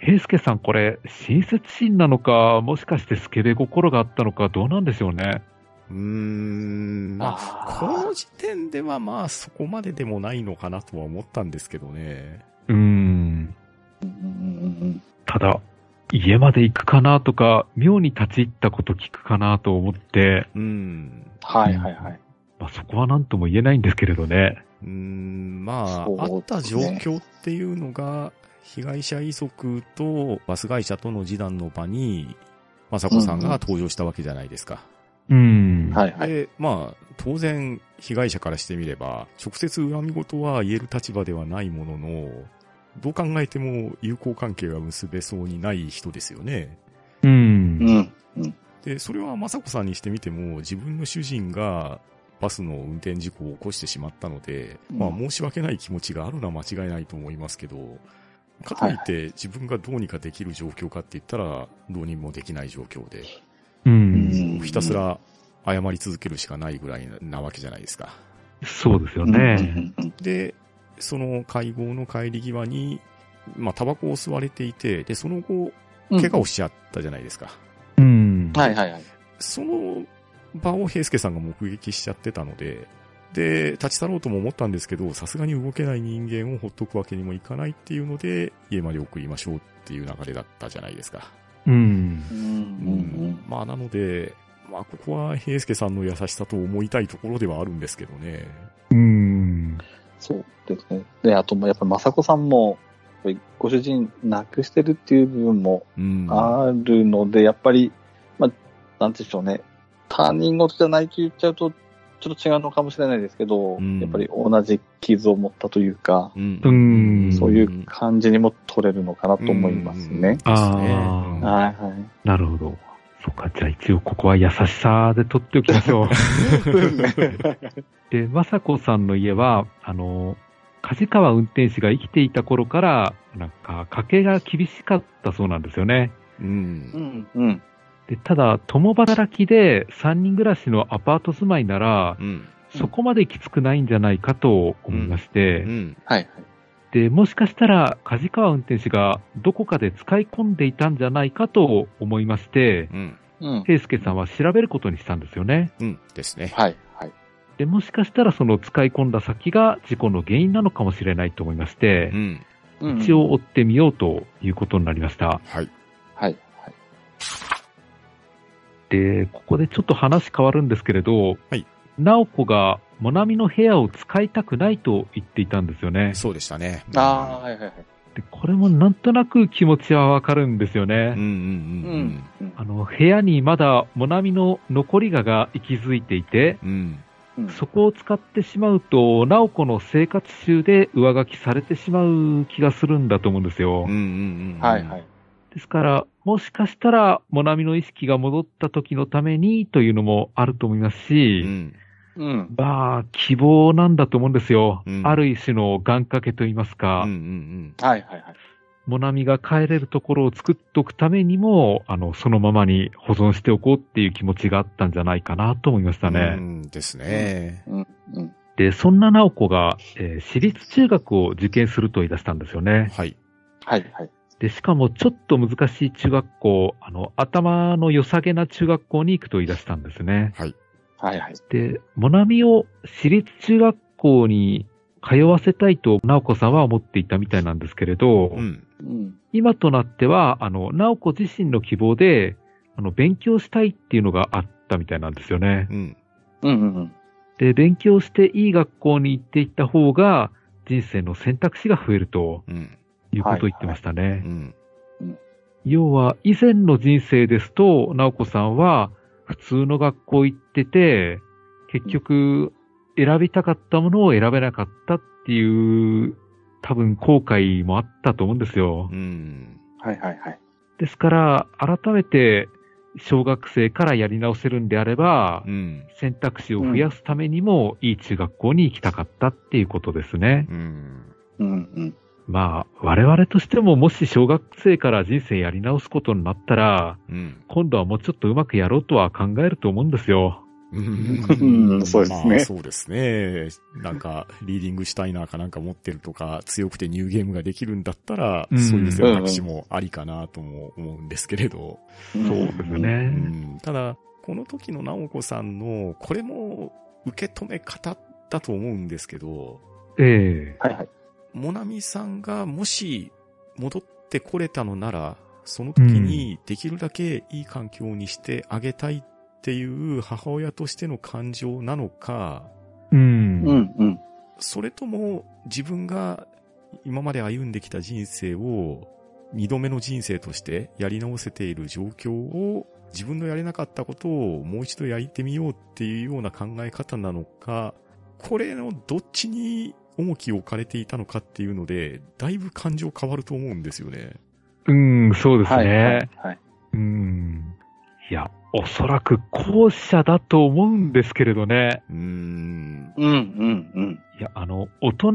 [SPEAKER 3] 平助さんこれ、親切心なのか、もしかしてスケベ心があったのか、どうなんでしょうね。
[SPEAKER 2] うーん。まあ、この時点ではまあ、そこまででもないのかなとは思ったんですけどね。
[SPEAKER 3] うーん。
[SPEAKER 1] うん、うん、うんうん。
[SPEAKER 3] ただ、家まで行くかなとか、妙に立ち入ったこと聞くかなと思って、
[SPEAKER 2] うん。
[SPEAKER 1] はい、はい、はい。
[SPEAKER 3] まあ、そこは何とも言えないんですけれどね。
[SPEAKER 2] うーん、ま
[SPEAKER 1] そ
[SPEAKER 2] あ、
[SPEAKER 1] うですね
[SPEAKER 2] あった状況っていうのが、被害者遺族とバス会社との示談の場に、雅子さんが登場したわけじゃないですか。
[SPEAKER 3] うん。
[SPEAKER 1] はい、はい。
[SPEAKER 2] で、まあ、当然、被害者からしてみれば、直接恨み事は言える立場ではないものの、どう考えても友好関係が結べそうにない人ですよね。
[SPEAKER 3] う。
[SPEAKER 1] うんん。
[SPEAKER 2] で、それは雅子さんにしてみても、自分の主人がバスの運転事故を起こしてしまったので、
[SPEAKER 1] うん
[SPEAKER 2] まあ申し訳ない気持ちがあるのは間違いないと思いますけど、かといって自分がどうにかできる状況かって言ったら、どうにもできない状況で、
[SPEAKER 1] う
[SPEAKER 3] う
[SPEAKER 1] ん
[SPEAKER 3] ん。
[SPEAKER 2] ひたすら謝り続けるしかないぐらいなわけじゃないですか。
[SPEAKER 3] そうですよ
[SPEAKER 1] うん
[SPEAKER 3] ね。、
[SPEAKER 1] うんうん
[SPEAKER 2] で、その会合の帰り際に、まあタバコを吸われていて、で、その後、
[SPEAKER 1] うん
[SPEAKER 2] 怪我をしちゃったじゃないですか。
[SPEAKER 3] うん。
[SPEAKER 1] はい、はい、はい。
[SPEAKER 2] その場を平介さんが目撃しちゃってたので、で、立ち去ろうとも思ったんですけど、さすがに動けない人間をほっとくわけにもいかないっていうので、家まで送りましょうっていう流れだったじゃないですか。
[SPEAKER 3] うん。
[SPEAKER 1] うん、
[SPEAKER 2] うんまあ、なので、まあ、ここは平介さんの優しさと思いたいところではあるんですけどね。
[SPEAKER 3] うん。
[SPEAKER 1] そうですね。で、あともやっぱ雅子さんも、やっぱりご主人亡くしてるっていう部分も
[SPEAKER 2] うん。
[SPEAKER 1] あるので、やっぱり、まあ、なんて言うんでしょうね。他人事じゃないと言っちゃうと、ちょっと違うのかもしれないですけど、
[SPEAKER 2] うん
[SPEAKER 1] やっぱり同じ傷を持ったというか、
[SPEAKER 2] うん
[SPEAKER 3] うん
[SPEAKER 1] そういう感じにも取れるのかなと思います
[SPEAKER 2] うんうん
[SPEAKER 1] ね
[SPEAKER 2] で。
[SPEAKER 3] あー
[SPEAKER 2] うん
[SPEAKER 1] はいはい。
[SPEAKER 3] なるほど。そっか、じゃあ一応ここは優しさで取っておきましょう。で、雅子さんの家は、あの、梶川運転手が生きていた頃から、なんか、家計が厳しかったそうなんですよね。
[SPEAKER 2] う。
[SPEAKER 1] うんん、うん。
[SPEAKER 3] で、ただ、共働きで3人暮らしのアパート住まいなら、
[SPEAKER 2] うん。
[SPEAKER 3] そこまできつくないんじゃないかと思いまして、
[SPEAKER 2] うん。
[SPEAKER 1] はいはい。
[SPEAKER 3] で、もしかしたら、梶川運転手がどこかで使い込んでいたんじゃないかと思いまして、
[SPEAKER 2] うん。
[SPEAKER 1] うん。
[SPEAKER 3] 平介さんは調べることにしたんですよね。
[SPEAKER 2] うん。ですね。
[SPEAKER 1] はいはい。
[SPEAKER 3] で、もしかしたらその使い込んだ先が事故の原因なのかもしれないと思いまして
[SPEAKER 2] う、ん。
[SPEAKER 1] うん
[SPEAKER 3] 一。応追ってみようということになりました。
[SPEAKER 2] はい。
[SPEAKER 1] はいはい。
[SPEAKER 3] で、ここでちょっと話変わるんですけれど、
[SPEAKER 2] はい
[SPEAKER 3] 直子がモナミの部屋を使いたくないと言っていたんですよね。
[SPEAKER 2] そうでしたね。
[SPEAKER 1] ああ、はいはいはい。
[SPEAKER 3] で、これもなんとなく気持ちはわかるんですよ
[SPEAKER 2] あ
[SPEAKER 3] ね。
[SPEAKER 2] うんうん
[SPEAKER 1] う
[SPEAKER 2] うんうん
[SPEAKER 1] ん。。うん
[SPEAKER 3] あの、部屋にまだモナミの残りがが息づいていて、
[SPEAKER 2] うん。
[SPEAKER 1] うん
[SPEAKER 3] そこを使ってしまうと、直子の生活習で上書きされてしまう気がするんだと思うんですよ。
[SPEAKER 2] うんうんうん。
[SPEAKER 1] はいはい。。
[SPEAKER 3] ですから、もしかしたら、モナミの意識が戻った時のためにというのもあると思います
[SPEAKER 2] う
[SPEAKER 3] し、
[SPEAKER 2] ん。
[SPEAKER 1] うん。
[SPEAKER 3] まあ、希望なんだと思うんですよ。
[SPEAKER 2] うん
[SPEAKER 3] ある一種の願掛けといいます
[SPEAKER 2] うん
[SPEAKER 3] か、
[SPEAKER 2] うん
[SPEAKER 1] はいはいはい。
[SPEAKER 3] モナミが帰れるところを作っとくためにも、あの、そのままに保存しておこうっていう気持ちがあったんじゃないかなと思いまし
[SPEAKER 2] う
[SPEAKER 3] た
[SPEAKER 2] ん。う
[SPEAKER 3] ね。
[SPEAKER 2] んですね。
[SPEAKER 1] うんうん。
[SPEAKER 3] で、そんな直子が、えー私立中学を受験すると言い出したんですよね。
[SPEAKER 2] はい。
[SPEAKER 1] はいはい。
[SPEAKER 3] で、しかもちょっと難しい中学校、あの、頭の良さげな中学校に行くと言い出したんですね。
[SPEAKER 2] はい。
[SPEAKER 1] はいはい。
[SPEAKER 3] で、モナミを私立中学校に通わせたいと、直子さんは思っていたみたいなんですけれど、
[SPEAKER 2] うん。
[SPEAKER 1] うん。
[SPEAKER 3] 今となっては、あの、直子自身の希望で、あの、勉強したいっていうのがあったみたいなんですよね。
[SPEAKER 2] うん。
[SPEAKER 1] うんうんうん。
[SPEAKER 3] で、勉強していい学校に行っていった方が、人生の選択肢が増えると
[SPEAKER 2] うん。
[SPEAKER 3] いうことを言ってましたね。
[SPEAKER 2] うん。
[SPEAKER 3] 要は、以前の人生ですと、直子さんは、普通の学校行ってて、結局、選びたかったものを選べなかったっていう、多分後悔もあったと思うんですよ
[SPEAKER 2] う。ん。
[SPEAKER 1] はいはいはい。
[SPEAKER 3] ですから、改めて、小学生からやり直せるんであれば、
[SPEAKER 2] うん。
[SPEAKER 3] 選択肢を増やすためにも、いい中学校に行きたかったっていうことですね。
[SPEAKER 2] うん。
[SPEAKER 1] うんうん。
[SPEAKER 3] まあ、我々としても、もし小学生から人生やり直すことになったら、
[SPEAKER 2] うん。
[SPEAKER 3] 今度はもうちょっとうまくやろうとは考えると思うんですよ。
[SPEAKER 1] うんそうですね
[SPEAKER 2] まあそうですね。なんか、リーディングシュタイナーかなんか持ってるとか、強くてニューゲームができるんだったら、
[SPEAKER 3] うん
[SPEAKER 2] そういう選択肢もありかなとも思うんですけれど。
[SPEAKER 1] そう
[SPEAKER 3] そうです
[SPEAKER 2] う
[SPEAKER 3] ね。
[SPEAKER 2] ん、ただ、この時の直子さんの、これも受け止め方だと思うんですけど、
[SPEAKER 3] ええ
[SPEAKER 1] はいはい。
[SPEAKER 2] モナミさんがもし戻ってこれたのなら、その時にできるだけいい環境にしてあげたいっていう母親としての感情なのか、
[SPEAKER 3] うん。
[SPEAKER 1] うんうん。
[SPEAKER 2] それとも自分が今まで歩んできた人生を二度目の人生としてやり直せている状況を自分のやれなかったことをもう一度やってみようっていうような考え方なのか、これのどっちに重きを置かれていたのかっていうので、だいぶ感情変わると思うんですよね。
[SPEAKER 3] うん、そうですね。
[SPEAKER 1] はいはいはい。
[SPEAKER 3] うん。いや、おそらく後者だと思うんですけれどね。
[SPEAKER 2] うーん。
[SPEAKER 1] うんうんうん。
[SPEAKER 3] いや、あの、大人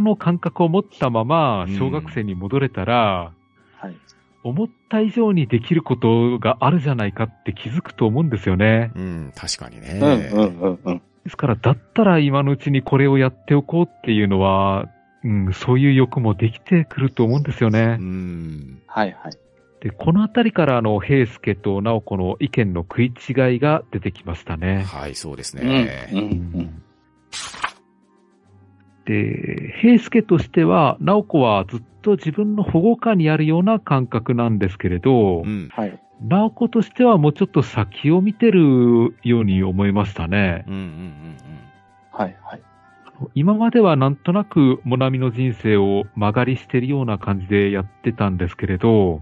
[SPEAKER 3] の感覚を持ったまま、小学生に戻れたら、
[SPEAKER 1] はい。
[SPEAKER 3] 思った以上にできることがあるじゃないかって気づくと思うんですよね。
[SPEAKER 2] うん、確かにね。
[SPEAKER 1] うんうんうんうん。
[SPEAKER 3] ですから、だったら今のうちにこれをやっておこうっていうのは、うん、そういう欲もできてくると思うんですよね
[SPEAKER 2] う。ん。
[SPEAKER 1] はいはい。
[SPEAKER 3] で、このあたりから、あの、平介と直子の意見の食い違いが出てきましたね。
[SPEAKER 2] はい、そうです
[SPEAKER 1] うん
[SPEAKER 2] ね。
[SPEAKER 1] うん
[SPEAKER 3] で、平介としては、直子はずっと自分の保護下にあるような感覚なんですけれ
[SPEAKER 2] う
[SPEAKER 3] ど、
[SPEAKER 2] ん。
[SPEAKER 1] はい。
[SPEAKER 3] 直子としてはもうちょっと先を見てるように思いましたね
[SPEAKER 2] うん。うんうん
[SPEAKER 1] はいはい。
[SPEAKER 3] 今まではなんとなく、モナミの人生を間借りしてるような感じでやってたんですけれど、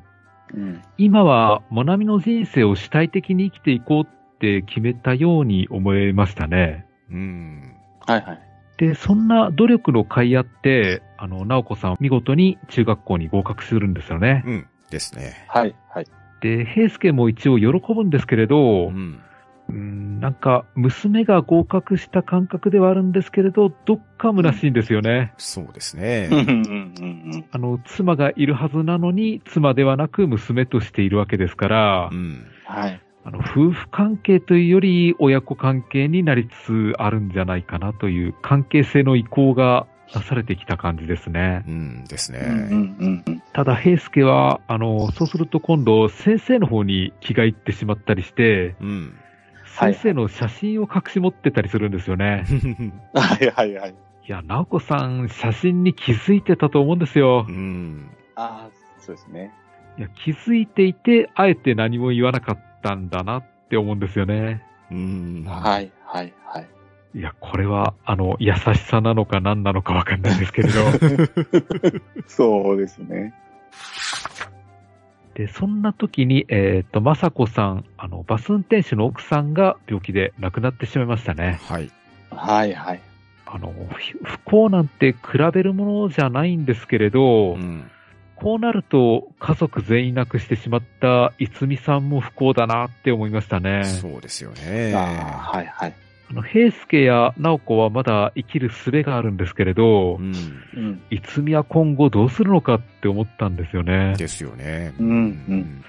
[SPEAKER 1] うん。
[SPEAKER 3] 今は、モナミの人生を主体的に生きていこうって決めたように思えましたね。
[SPEAKER 2] うん。うん。
[SPEAKER 1] はいはい。
[SPEAKER 3] で、そんな努力の甲斐あって、あの、直子さん見事に中学校に合格するんですよね。
[SPEAKER 2] うん。ですね。
[SPEAKER 1] はいはい。
[SPEAKER 3] で、平介も一応喜ぶんですけれ
[SPEAKER 2] う
[SPEAKER 3] ど、
[SPEAKER 2] ん。
[SPEAKER 3] うん、なんか、娘が合格した感覚ではあるんですけれど、どっか虚しいんですよね。
[SPEAKER 2] そうですね
[SPEAKER 1] うん。うんうん
[SPEAKER 3] あの、妻がいるはずなのに、妻ではなく娘としているわけですから、
[SPEAKER 2] うん。
[SPEAKER 1] はい。
[SPEAKER 3] あの、夫婦関係というより、親子関係になりつつあるんじゃないかなという、関係性の移行がなされてきた感じですね。
[SPEAKER 2] うんですね。
[SPEAKER 1] うんうんうん。
[SPEAKER 3] ただ、平介は、あの、そうすると今度、先生の方に気が入ってしまったりして、
[SPEAKER 2] うん。
[SPEAKER 1] はい
[SPEAKER 3] 先生の写真を隠し持ってたりするんですよね。
[SPEAKER 1] はいはいはい。
[SPEAKER 3] いや、直子さん、写真に気づいてたと思うんですよ
[SPEAKER 2] う。ん。
[SPEAKER 1] ああ、そうですね。
[SPEAKER 3] いや、気づいていて、あえて何も言わなかったんだなって思うんですよね。
[SPEAKER 2] うん。
[SPEAKER 1] はいはいはい。
[SPEAKER 3] いや、これは、あの、優しさなのか何なのかわかんないですけれど。
[SPEAKER 1] そうですね。
[SPEAKER 3] で、そんな時に、えっ、と、まさこさん、あの、バス運転手の奥さんが病気で亡くなってしまいましたね。
[SPEAKER 2] はい。
[SPEAKER 1] はいはい。
[SPEAKER 3] あの、ひ不幸なんて比べるものじゃないんですけれど、
[SPEAKER 2] うん。
[SPEAKER 3] こうなると家族全員亡くしてしまったいつみさんも不幸だなって思いましたね。
[SPEAKER 2] そうですよね。
[SPEAKER 1] ああ、はいはい。
[SPEAKER 3] あの、平介や直子はまだ生きる術があるんですけれど
[SPEAKER 2] う、ん。
[SPEAKER 1] うん。
[SPEAKER 3] いつみは今後どうするのかって思ったんですよね。
[SPEAKER 2] ですよね。
[SPEAKER 1] うん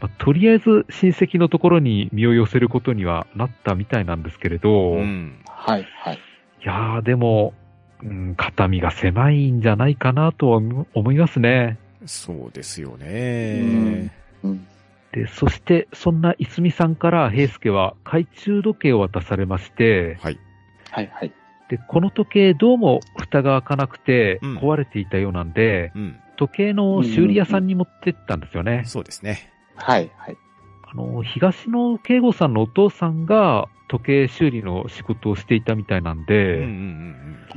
[SPEAKER 3] まあとりあえず親戚のところに身を寄せることにはなったみたいなんですけれど、
[SPEAKER 2] うん。う
[SPEAKER 3] い
[SPEAKER 2] ん。
[SPEAKER 1] はいはい。
[SPEAKER 3] やーでも、うん、肩身が狭いんじゃないかなとは思思いますね。
[SPEAKER 2] そうですよね。
[SPEAKER 1] うん。
[SPEAKER 3] で、そして、そんないつみさんから平介は懐中時計を渡されまして、
[SPEAKER 2] はい。
[SPEAKER 1] はいはい。
[SPEAKER 3] で、この時計どうも蓋が開かなくて
[SPEAKER 2] うん
[SPEAKER 3] 壊れていたようなんで、
[SPEAKER 2] うん。
[SPEAKER 3] 時計の修理屋さんに持ってったんですよね。
[SPEAKER 2] そうですね。
[SPEAKER 1] はい、はい。
[SPEAKER 3] あの、東野圭吾さんのお父さんが時計修理の仕事をしていたみたいなん
[SPEAKER 2] うんうん
[SPEAKER 3] で、
[SPEAKER 1] あー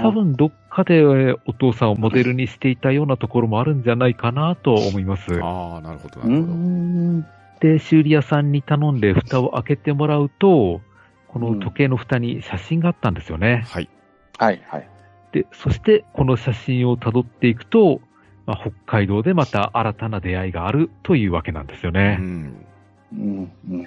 [SPEAKER 3] 多分どっかでお父さんをモデルにしていたようなところもあるんじゃないかなと思います
[SPEAKER 2] うんうん。。ああ、なるほど、
[SPEAKER 1] うー
[SPEAKER 2] なるほど。
[SPEAKER 1] ん。
[SPEAKER 3] で、修理屋さんに頼んで蓋を開けてもらうと、この時計の蓋に写真があったんですよね。
[SPEAKER 2] はい。
[SPEAKER 1] はい、はい。
[SPEAKER 3] で、そしてこの写真を辿っていくと、まあ、北海道でまた新たな出会いがあるというわけなんですよ
[SPEAKER 2] う
[SPEAKER 3] ね。
[SPEAKER 2] ん。
[SPEAKER 1] うん、うん。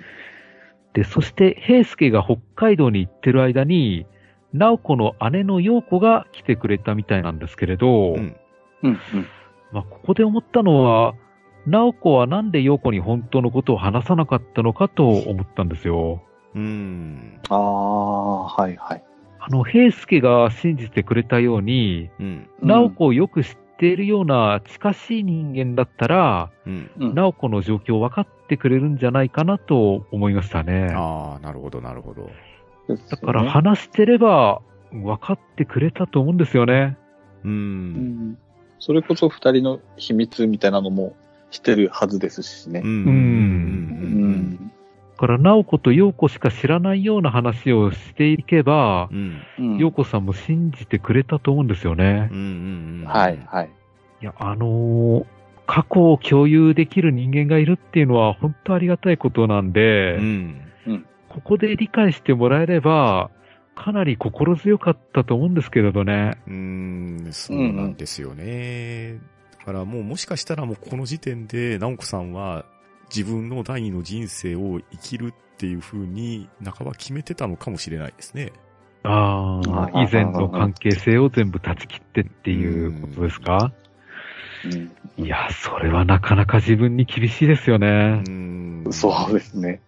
[SPEAKER 3] で、そして平介が北海道に行ってる間に、直子の姉の陽子が来てくれたみたいなんですけれど、
[SPEAKER 2] うん。
[SPEAKER 1] うん、
[SPEAKER 3] まあ、ここで思ったのは、直子はなんで陽子に本当のことを話さなかったのかと思ったんですよ。
[SPEAKER 2] うん。
[SPEAKER 1] ああ、はい、はい。
[SPEAKER 3] あの、平介が信じてくれたように、
[SPEAKER 2] う
[SPEAKER 1] う
[SPEAKER 2] ん。
[SPEAKER 1] ん
[SPEAKER 3] 直子をよく知っているような近しい人間だったら、
[SPEAKER 2] うん。
[SPEAKER 1] うん
[SPEAKER 3] 直子の状況を分かってくれるんじゃないかなと思いましたね。
[SPEAKER 2] ああ、なるほど、なるほど。
[SPEAKER 1] だ
[SPEAKER 3] だから話してれば分かってくれたと思うんですよね。
[SPEAKER 2] う。
[SPEAKER 1] うんん。それこそ二人の秘密みたいなのも知ってるはずですしね
[SPEAKER 2] う。ん。
[SPEAKER 1] う
[SPEAKER 2] うん。
[SPEAKER 1] ん。
[SPEAKER 3] だから直子と陽子しか知らないような話をしていけば
[SPEAKER 2] う、ん。
[SPEAKER 1] うん
[SPEAKER 3] 陽子さんも信じてくれたと思うんですよね
[SPEAKER 2] う。ん。
[SPEAKER 1] はい、はい。
[SPEAKER 3] いや、あのー過去を共有できる人間がいるっていうのは本当ありがたいことなんで、
[SPEAKER 2] うん。
[SPEAKER 3] ここで理解してもらえれば、かなり心強かったと思うんですけれどね。
[SPEAKER 2] うーん、そうなんですよね。だからもうもしかしたらもうこの時点で、直子さんは自分の第二の人生を生きるっていう風に、半ば決めてたのかもしれないですね。
[SPEAKER 3] ああ、
[SPEAKER 1] あー
[SPEAKER 3] 以前の関係性を全部断ち切ってっていうことですか
[SPEAKER 1] うん
[SPEAKER 3] いや、それはなかなか自分に厳しいですよ
[SPEAKER 2] う
[SPEAKER 3] ね。
[SPEAKER 2] ん。
[SPEAKER 1] そうですね。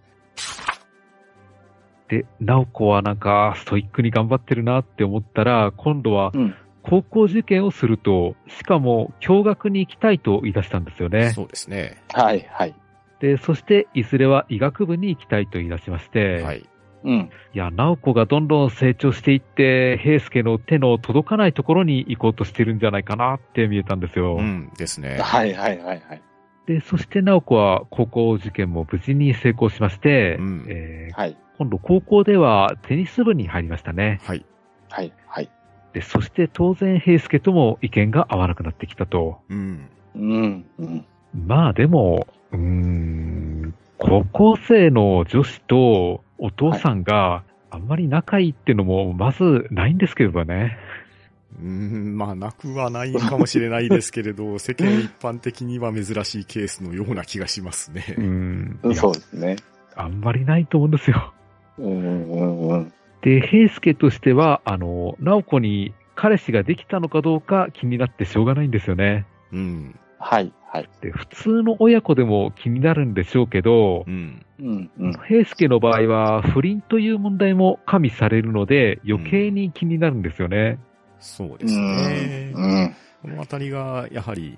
[SPEAKER 3] で、ナオコはなんかストイックに頑張ってるなって思ったら、今度は
[SPEAKER 1] うん。
[SPEAKER 3] 高校受験をすると、しかも共学に行きたいと言い出したんですよね。
[SPEAKER 2] そうですね。
[SPEAKER 1] はい、はい。
[SPEAKER 3] で、そしていずれは医学部に行きたいと言い出しまして、、
[SPEAKER 2] はいい。
[SPEAKER 1] うん。
[SPEAKER 3] や、ナオコがどんどん成長していって、平介の手の届かないところに行こうとしてるんじゃないかなって見えたんですよ。
[SPEAKER 2] うん、ですね。
[SPEAKER 1] はい、はい、はい、はい。
[SPEAKER 3] で、そして直子は高校受験も無事に成功しまして、
[SPEAKER 2] うん
[SPEAKER 3] えー
[SPEAKER 1] はい、
[SPEAKER 3] 今度高校ではテニス部に入りましたね。
[SPEAKER 2] はい。
[SPEAKER 1] はい、はい。
[SPEAKER 3] で、そして当然平介とも意見が合わなくなってきたと。
[SPEAKER 2] うん。
[SPEAKER 1] うん、うん。
[SPEAKER 3] まあでも、うーん、高校生の女子とお父さんがあんまり仲いいっていうのもまずないんですけれどね。
[SPEAKER 2] うん、まあ、なくはないかもしれないですけれど、世間一般的には珍しいケースのような気がしますね。
[SPEAKER 3] んいや
[SPEAKER 1] そうですね。
[SPEAKER 3] あんまりないと思うんですよ。
[SPEAKER 1] うん、うん、うん。
[SPEAKER 3] で、平介としては、あの、直子に彼氏ができたのかどうか気になってしょうがないんですよね。
[SPEAKER 2] うん。
[SPEAKER 1] はい、はい。
[SPEAKER 3] で、普通の親子でも気になるんでしょうけど
[SPEAKER 2] う、ん。
[SPEAKER 1] うん、うん。
[SPEAKER 3] 平介の場合は不倫という問題も加味されるので、余計に気になるんですよね。
[SPEAKER 2] そう
[SPEAKER 1] う
[SPEAKER 2] ですね。
[SPEAKER 1] ん、うん。
[SPEAKER 2] このあたりが、やはり、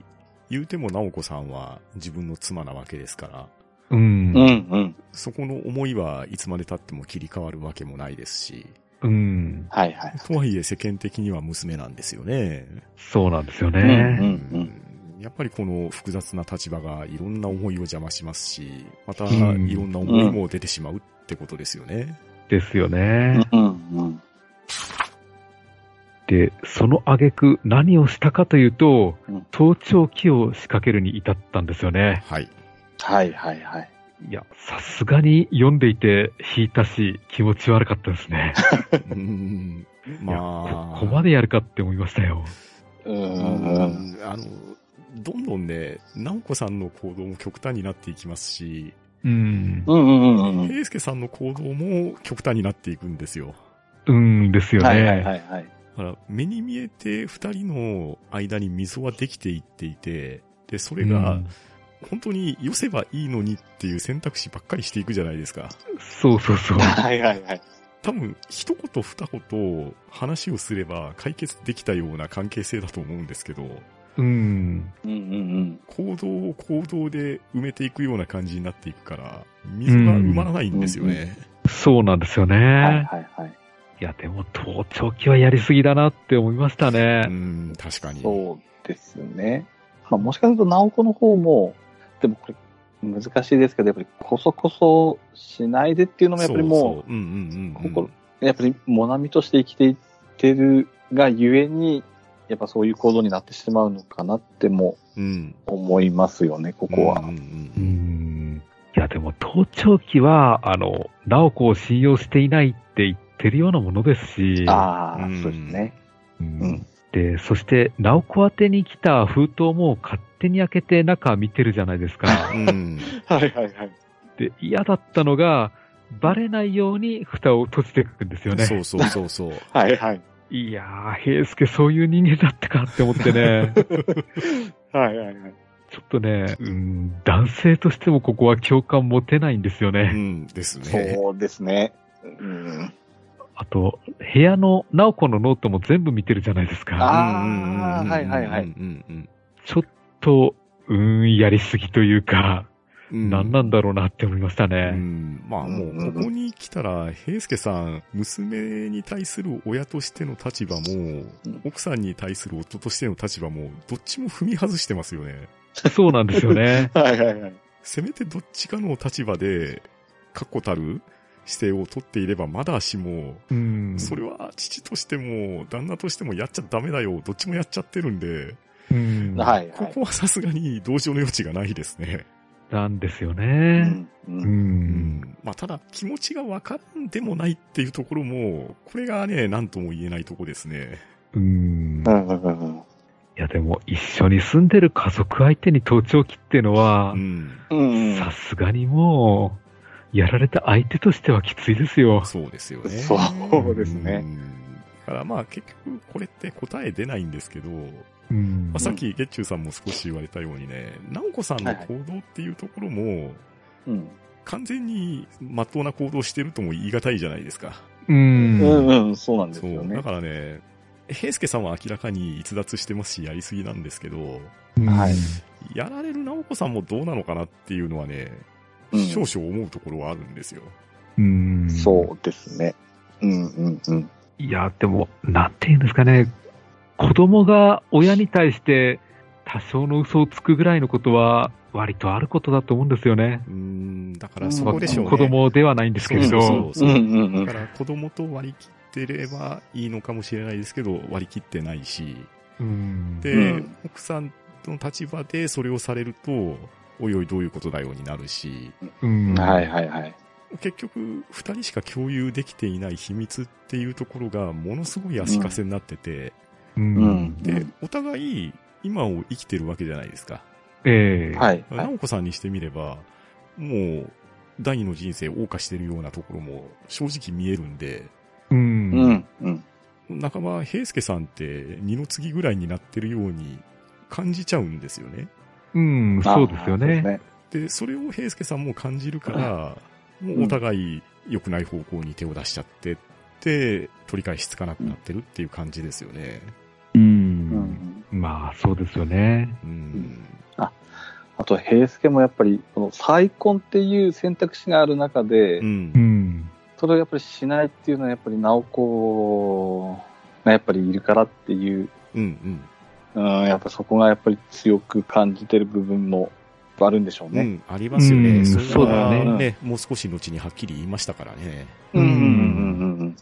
[SPEAKER 2] 言うても直子さんは自分の妻なわけですから、
[SPEAKER 3] うん
[SPEAKER 1] うん、うん。
[SPEAKER 2] そこの思いはいつまで経っても切り替わるわけもないですし、
[SPEAKER 3] うん。
[SPEAKER 1] はい、はい。
[SPEAKER 2] とはいえ世間的には娘なんですよね。
[SPEAKER 3] そうなんですよ
[SPEAKER 1] う
[SPEAKER 3] ね。
[SPEAKER 1] ん、うん。
[SPEAKER 2] やっぱりこの複雑な立場がいろんな思いを邪魔しますし、またい
[SPEAKER 3] うん
[SPEAKER 2] ろんな思いも出てしまうってことですよね。
[SPEAKER 3] ですよね。
[SPEAKER 1] うん、うん。
[SPEAKER 3] で、その挙句何をしたかというと
[SPEAKER 1] うん、
[SPEAKER 3] 盗聴器を仕掛けるに至ったんですよね。
[SPEAKER 2] はい。
[SPEAKER 1] はい、はい、はい。
[SPEAKER 3] いや、さすがに読んでいて引いたし、気持ち悪かったですね。
[SPEAKER 2] うん
[SPEAKER 3] いや
[SPEAKER 2] まあ。
[SPEAKER 3] ここまでやるかって思いましたよ。
[SPEAKER 1] うん、
[SPEAKER 2] あの、どんどんね、直子さんの行動も極端になっていきますし、
[SPEAKER 3] うん
[SPEAKER 1] う。ん、うん、うん。うん
[SPEAKER 2] 平介さんの行動も極端になっていくんですよ。
[SPEAKER 3] うんですよね。
[SPEAKER 1] はい、はい、はい、はい。
[SPEAKER 2] だから、目に見えて二人の間に溝はできていっていて、で、それ
[SPEAKER 3] う
[SPEAKER 2] が
[SPEAKER 3] ん、
[SPEAKER 2] 本当に寄せばいいのにっていう選択肢ばっかりしていくじゃないですか。
[SPEAKER 3] そうそうそう。
[SPEAKER 1] はい、はい、はい。
[SPEAKER 2] 多分、一言二言話をすれば解決できたような関係性だと思うんですけど、
[SPEAKER 3] うん。
[SPEAKER 1] うん、うん、
[SPEAKER 2] 行動を行動で埋めていくような感じになっていくから、溝が埋まらないんですよね。
[SPEAKER 3] そうなんですよね。
[SPEAKER 1] うん。はい、はい、はい。
[SPEAKER 3] いや、でも、盗聴器はやりすぎだなって思いました
[SPEAKER 2] う
[SPEAKER 3] ね。
[SPEAKER 2] ん、確かに。
[SPEAKER 1] そうですね。まあ、もしかすると、直子の方も、でもこれ、難しいですけど、やっぱり、こそこそしないでっていうのも、やっぱりもう、
[SPEAKER 2] そそうんうんうんうん、
[SPEAKER 1] 心やっぱり、モナミとして生きていってるがゆえに、やっぱそういう行動になってしまうのかなっても
[SPEAKER 2] うん。
[SPEAKER 1] 思いますよね、ここは。
[SPEAKER 2] うんうん
[SPEAKER 3] う
[SPEAKER 2] うん
[SPEAKER 3] ん。いや、でも、盗聴器は、あの、ナオコを信用していないって言ってるようなものですし。
[SPEAKER 1] ああ、
[SPEAKER 2] うん
[SPEAKER 1] そうですね。ん
[SPEAKER 3] で、そして、ナオコ宛てに来た封筒も勝手に開けて中見てるじゃないですか。
[SPEAKER 2] うん。
[SPEAKER 1] はいはいはい。
[SPEAKER 3] で、嫌だったのが、バレないように蓋を閉じていくんですよね。
[SPEAKER 2] そうそうそうそう。
[SPEAKER 1] はいはい。
[SPEAKER 3] いやー、平介そういう人間だったかって思ってね。
[SPEAKER 1] はいはいはい。
[SPEAKER 3] ちょっとね、うん、男性としてもここは共感持てないんですよ
[SPEAKER 2] う
[SPEAKER 3] ね。
[SPEAKER 2] んですね。
[SPEAKER 1] そうですね。うん。
[SPEAKER 3] あと、部屋の、ナオコのノートも全部見てるじゃないですか。
[SPEAKER 1] あー
[SPEAKER 2] うんうんうんうん
[SPEAKER 1] はいはいはい
[SPEAKER 2] うんうん
[SPEAKER 3] ちょっと、うーん、やりすぎというか、
[SPEAKER 2] うん。
[SPEAKER 3] 何なんだろうなって思いました
[SPEAKER 2] う
[SPEAKER 3] ね。
[SPEAKER 2] ん、まあもう、ここに来たら、平介さん、娘に対する親としての立場も、奥さんに対する夫としての立場も、どっちも踏み外してますよね。
[SPEAKER 3] そうなんです よね。
[SPEAKER 1] はいはいはい。
[SPEAKER 2] せめてどっちかの立場で、確固たる姿勢を取っていれば、まだしも、
[SPEAKER 3] うん。
[SPEAKER 2] それは父としても、旦那としてもやっちゃダメだよ、どっちもやっちゃってるんで、
[SPEAKER 3] うん
[SPEAKER 1] はいは
[SPEAKER 2] こ
[SPEAKER 1] い。
[SPEAKER 2] こはさすがに同情の余地がないですね。
[SPEAKER 3] なんですよ
[SPEAKER 1] う
[SPEAKER 3] ね。
[SPEAKER 1] んう
[SPEAKER 3] うんん。
[SPEAKER 2] まあただ気持ちがわからんでもないっていうところも、これがね、なんとも言えないとこですね。
[SPEAKER 3] うん。
[SPEAKER 1] う
[SPEAKER 3] い
[SPEAKER 1] んうんうん
[SPEAKER 3] や、でも、一緒に住んでる家族相手に盗聴器っていうのは
[SPEAKER 2] う、ん。
[SPEAKER 1] うん。
[SPEAKER 3] さすがにもう、やられた相手としてはきついですよ。
[SPEAKER 2] そうですよね。
[SPEAKER 1] そうですね。
[SPEAKER 2] ん。だからまあ結局これって答え出ないんですけど、ま
[SPEAKER 3] うん
[SPEAKER 2] あ、さっき月中さんも少し言われたようにね、直子さんの行動っていうところも、
[SPEAKER 1] うん。
[SPEAKER 2] 完全に真っ当な行動してるとも言い難いじゃないですか。
[SPEAKER 3] う
[SPEAKER 1] うん
[SPEAKER 3] ん。
[SPEAKER 1] うん、そうなんです
[SPEAKER 2] そ
[SPEAKER 1] よ
[SPEAKER 2] う。
[SPEAKER 1] ね
[SPEAKER 2] だ。からね、平介さんは明らかに逸脱してますし、やりすぎなんですけど、
[SPEAKER 1] はい
[SPEAKER 2] やられる直子さんもどうなのかなっていうのはね、
[SPEAKER 1] うん
[SPEAKER 2] 少々思うところはあるんですよ。
[SPEAKER 3] うん。
[SPEAKER 1] そうですね。うんうんうん。
[SPEAKER 3] う。いや、でも、なんて言うんですかね。子供が親に対して多少の嘘をつくぐらいのことは、割とあることだと思うんですよね。
[SPEAKER 2] うん、だから
[SPEAKER 1] うん
[SPEAKER 2] そ
[SPEAKER 1] ど
[SPEAKER 2] こでしょうね。
[SPEAKER 3] 子供ではないんですけれ
[SPEAKER 2] そうそう
[SPEAKER 3] ど。
[SPEAKER 2] そう
[SPEAKER 1] うんうんうん
[SPEAKER 2] だから子供と割り切ってればいいのかもしれないですけど、割り切ってないし。
[SPEAKER 3] うん
[SPEAKER 2] で、
[SPEAKER 1] うん
[SPEAKER 2] 奥さんの立場でそれをされると、おいおいどういうことだようになるし、
[SPEAKER 3] うん
[SPEAKER 1] はいはいはい。
[SPEAKER 2] 結局、二人しか共有できていない秘密っていうところが、ものすごい足かせになってて、
[SPEAKER 3] う。
[SPEAKER 1] うんう
[SPEAKER 2] で
[SPEAKER 1] ん、
[SPEAKER 2] お互い今を生きてるわけじゃないですか。
[SPEAKER 3] ええ。
[SPEAKER 1] はいはい。
[SPEAKER 2] 直子さんにしてみれば、もう、第二の人生を謳歌してるようなところも正直見えるんで、
[SPEAKER 3] う。
[SPEAKER 1] うんんうん。
[SPEAKER 2] 半ば平介さんって二の次ぐらいになってるように感じちゃうんですよね。
[SPEAKER 3] うん、そうですよね。
[SPEAKER 2] で、それを平介さんも感じるから、もうお互い良くない方向に手を出しちゃってって、取り返しつかなくなってるっていう感じですよね。
[SPEAKER 3] う。
[SPEAKER 1] うんん。
[SPEAKER 3] まあ、そうですよね。
[SPEAKER 2] うん。
[SPEAKER 1] あと、平助もやっぱり、この再婚っていう選択肢がある中で、
[SPEAKER 2] うん
[SPEAKER 3] う。ん。
[SPEAKER 1] それをやっぱりしないっていうのは、やっぱり直子がやっぱりいるからっていう、
[SPEAKER 2] うん。う
[SPEAKER 1] う
[SPEAKER 2] ん。
[SPEAKER 1] ん、やっぱそこがやっぱり強く感じてる部分もあるんでしょう
[SPEAKER 2] う
[SPEAKER 1] ね。
[SPEAKER 2] ん、ありますよ
[SPEAKER 3] う
[SPEAKER 2] ね。
[SPEAKER 3] ん
[SPEAKER 2] それは
[SPEAKER 1] そうだね
[SPEAKER 2] もう少し後にはっきり言いましたからね。
[SPEAKER 3] うん
[SPEAKER 1] うんうんうん。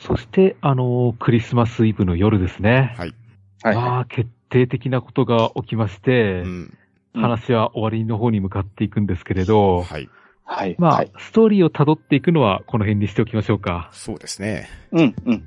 [SPEAKER 3] そして、あの、クリスマスイブの夜ですね。
[SPEAKER 2] はい。
[SPEAKER 1] はい。
[SPEAKER 3] まあ、決定的なことが起きまして、
[SPEAKER 2] うん。
[SPEAKER 1] うん
[SPEAKER 3] 話は終わりの方に向かっていくんですけれど、
[SPEAKER 2] はい。
[SPEAKER 1] はい。
[SPEAKER 3] まあ、
[SPEAKER 1] はい。
[SPEAKER 3] ストーリーを辿っていくのはこの辺にしておきましょうか。
[SPEAKER 2] そうですね。
[SPEAKER 1] うんうんうん。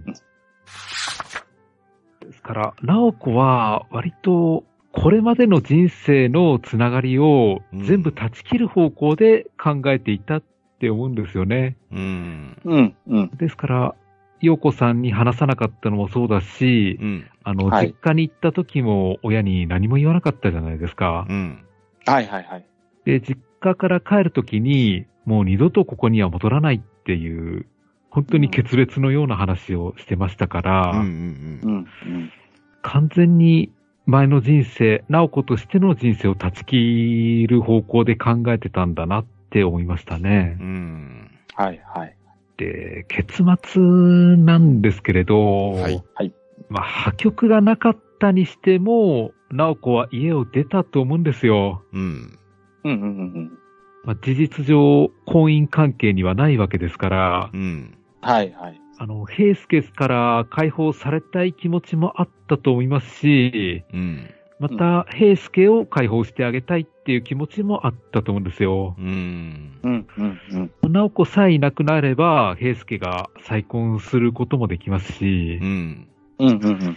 [SPEAKER 3] ですから、ナオコは割と、これまでの人生のつながりを全部断ち切る方向で考えていたって思うんですよね。
[SPEAKER 2] うん。
[SPEAKER 1] うんうん。
[SPEAKER 3] ですから、陽子さんに話さなかったのもそうだし、
[SPEAKER 2] うん。
[SPEAKER 3] あの、
[SPEAKER 1] はい
[SPEAKER 3] 実家に行った時も親に何も言わなかったじゃないですか。
[SPEAKER 2] うん。
[SPEAKER 1] はいはいはい。
[SPEAKER 3] で、実家から帰る時に、もう二度とここには戻らないっていう、本当に決裂のような話をしてましたから、
[SPEAKER 2] うん。う。
[SPEAKER 1] うんんうん。
[SPEAKER 3] 完全に前の人生、直子としての人生を断ち切る方向で考えてたんだなって思いましたね
[SPEAKER 2] う。ん。
[SPEAKER 1] はいはい。
[SPEAKER 3] で、結末なんですけれど、
[SPEAKER 2] はい
[SPEAKER 1] はい
[SPEAKER 3] まあ、破局がなかったにしても、直子は家を出たと思うんですよ。
[SPEAKER 2] うん。
[SPEAKER 1] うんうんうんうん。
[SPEAKER 3] まあ、事実上、婚姻関係にはないわけですから、
[SPEAKER 2] うん。
[SPEAKER 1] はいはい。
[SPEAKER 3] あの、平助から解放されたい気持ちもあったと思いますし、
[SPEAKER 2] うん。
[SPEAKER 3] また、平助を解放してあげたいっていう気持ちもあったと思うんですよ。
[SPEAKER 2] うん。
[SPEAKER 1] うんうんうん。
[SPEAKER 3] 直子さえいなくなれば、平助が再婚することもできますし、
[SPEAKER 2] うん。
[SPEAKER 1] うんうんうん。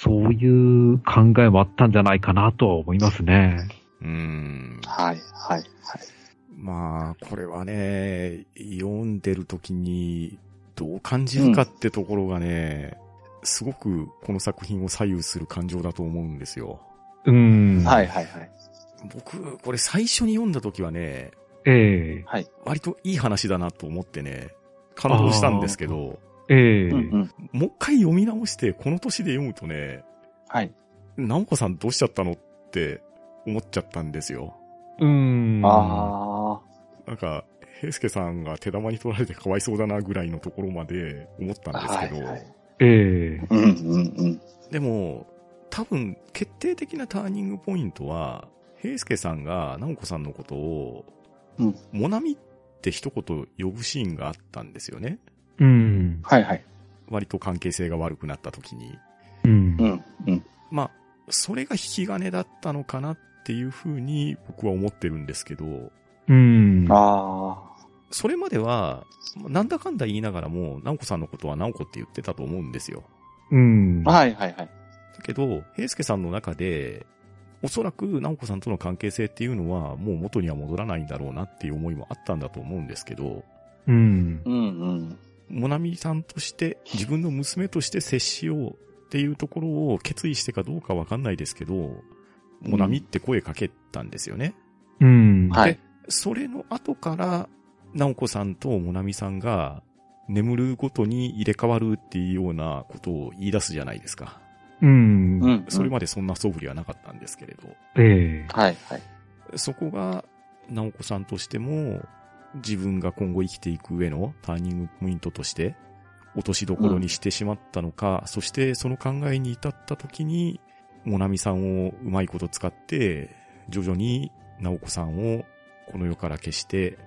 [SPEAKER 3] そういう考えもあったんじゃないかなとは思いますね。
[SPEAKER 2] うん。
[SPEAKER 1] はいはいはい。
[SPEAKER 2] まあ、これはね、読んでる時にどう感じるかってところがね、すごくこの作品を左右する感情だと思うんですよ。
[SPEAKER 3] うん。
[SPEAKER 1] はいはいはい。
[SPEAKER 2] 僕、これ最初に読んだ時はね、
[SPEAKER 3] え
[SPEAKER 2] 割といい話だなと思ってね、感動したんですけど、
[SPEAKER 3] えええ
[SPEAKER 1] うんうん。
[SPEAKER 2] もう一回読み直して、この年で読むとね、
[SPEAKER 1] はい。
[SPEAKER 2] ナオコさんどうしちゃったのって思っちゃったんですよ。
[SPEAKER 3] うん。
[SPEAKER 1] あ
[SPEAKER 2] なんか、平介さんが手玉に取られてかわいそうだなぐらいのところまで思った
[SPEAKER 1] あ。
[SPEAKER 2] んです
[SPEAKER 1] は
[SPEAKER 2] け
[SPEAKER 1] い
[SPEAKER 2] ど、
[SPEAKER 1] はい。
[SPEAKER 3] ええ
[SPEAKER 1] うんうんうん。
[SPEAKER 2] でも、多分、決定的なターニングポイントは、平介さんが直子さんのことを、
[SPEAKER 1] うん
[SPEAKER 2] モナミって一言呼ぶシーンがあったんですよね。
[SPEAKER 3] うん。
[SPEAKER 1] はいはい。
[SPEAKER 2] 割と関係性が悪くなった時に。
[SPEAKER 3] うん
[SPEAKER 1] う。んうん。
[SPEAKER 2] まあ、それが引き金だったのかなっていうふうに僕は思ってるんですけど、
[SPEAKER 3] うん。
[SPEAKER 1] あ
[SPEAKER 2] それまでは、なんだかんだ言いながらも、直子さんのことは直子って言ってたと思うんですよ。
[SPEAKER 3] うん
[SPEAKER 1] あ。。はいはいはい。
[SPEAKER 2] だけど、平介さんの中で、おそらく直子さんとの関係性っていうのは、もう元には戻らないんだろうなっていう思いもあったんだと思うんですけど、
[SPEAKER 3] うん。
[SPEAKER 1] うんうん。
[SPEAKER 2] モナミさんとして、自分の娘として接しようっていうところを決意してかどうかわかんないですけど、モナミって声かけたんですよね。
[SPEAKER 3] うん。
[SPEAKER 1] はい。
[SPEAKER 2] それの後から、直子さんともなみさんが、眠るごとに入れ替わるっていうようなことを言い出すじゃないですか。
[SPEAKER 3] う。
[SPEAKER 1] うんん。
[SPEAKER 2] それま
[SPEAKER 1] で。
[SPEAKER 2] でそんな素振りはなかったんですけれど。
[SPEAKER 3] ええ
[SPEAKER 1] はいはい。
[SPEAKER 2] そこが、直子さんとしても、自分が今後生きていく上のターニングポイントとして、落としどころにしてしまったのか、そしてその考えに至った時に、もなみさんをうまいこと使って、徐々に直子さんをこの世から消して、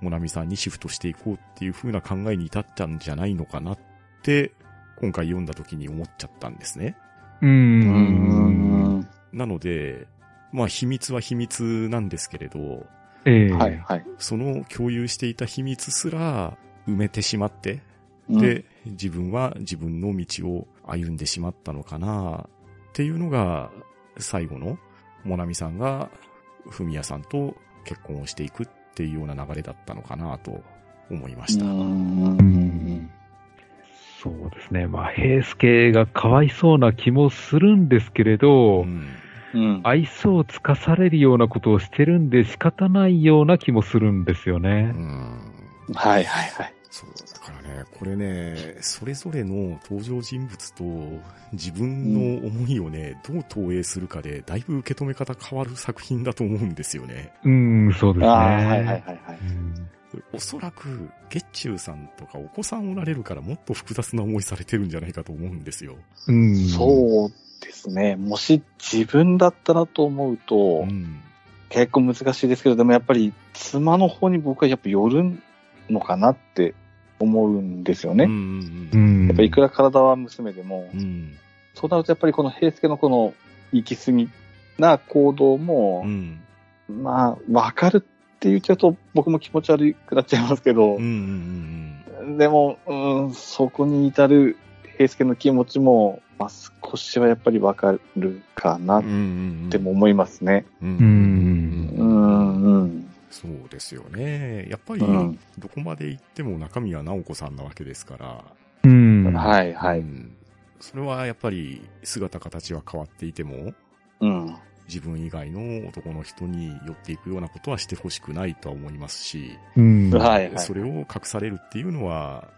[SPEAKER 2] もなみさんにシフトしていこうっていう風な考えに至ったんじゃないのかなって、今回読んだ時に思っちゃったんですね。
[SPEAKER 3] う。
[SPEAKER 1] うんん。
[SPEAKER 2] なので、まあ秘密は秘密なんですけれど、
[SPEAKER 3] ええ
[SPEAKER 1] はい。はい。
[SPEAKER 2] その共有していた秘密すら埋めてしまって、
[SPEAKER 1] うん、
[SPEAKER 2] で、自分は自分の道を歩んでしまったのかなっていうのが、最後の、モナミさんが、フミヤさんと結婚をしていくっていうような流れだったのかなと思いました。
[SPEAKER 1] う
[SPEAKER 2] うん。
[SPEAKER 1] ん。
[SPEAKER 3] そうですね。まあ、平助がかわいそうな気もするんですけれ
[SPEAKER 1] う
[SPEAKER 3] ど、
[SPEAKER 1] ん。
[SPEAKER 3] 愛想をつかされるようなことをしてるんで仕方ないような気もするんですよ
[SPEAKER 2] う
[SPEAKER 3] ね。
[SPEAKER 2] ん
[SPEAKER 1] はいはいはい。
[SPEAKER 2] そう、だからね、これね、それぞれの登場人物と自分の思いをね、どう投影するかで、だいぶ受け止め方変わる作品だと思うんですよね。
[SPEAKER 3] うん、そうですね。
[SPEAKER 1] ああ、はいはいはいはい。
[SPEAKER 3] うん
[SPEAKER 2] おそらく、月中さんとかお子さんおられるからもっと複雑な思いされてるんじゃないかと思うんですよ。
[SPEAKER 3] うん。
[SPEAKER 1] そうですね。もし自分だったらと思うと、
[SPEAKER 2] ん。
[SPEAKER 1] 結構難しいですけど、でもやっぱり妻の方に僕はやっぱ寄るのかなって思うんですよね。
[SPEAKER 2] うん
[SPEAKER 1] や
[SPEAKER 2] う
[SPEAKER 3] うんん。
[SPEAKER 1] っぱいくら体は娘でも、
[SPEAKER 2] うん。うん。
[SPEAKER 1] そうなるとやっぱりこの平助のこの行き過ぎな行動
[SPEAKER 2] う
[SPEAKER 1] も、
[SPEAKER 2] ん。
[SPEAKER 1] まあ、わかるって言っちゃうと僕も気持ち悪くなっちゃいますけど、
[SPEAKER 2] うん。うん。
[SPEAKER 1] でも、うん、そこに至る平助の気持ちも、まあ、少しはやっぱりわかるかな
[SPEAKER 2] うん。うん。
[SPEAKER 1] っても思いますね。
[SPEAKER 2] う。
[SPEAKER 3] う
[SPEAKER 1] う。ん、
[SPEAKER 3] ん
[SPEAKER 1] うん。
[SPEAKER 2] そうですよね。やっぱり
[SPEAKER 1] うん、
[SPEAKER 2] どこまで行っても中身は直子さんなわけですから。
[SPEAKER 3] うん。
[SPEAKER 1] はい、は
[SPEAKER 2] う
[SPEAKER 1] い。
[SPEAKER 2] んそれはやっぱり姿形は変わっていても、
[SPEAKER 1] うん。
[SPEAKER 2] 自分以外の男の人に寄っていくようなことはしてほしくないとは思いますし。
[SPEAKER 3] うん。
[SPEAKER 1] はい、はい。
[SPEAKER 2] それを隠されるっていうのは、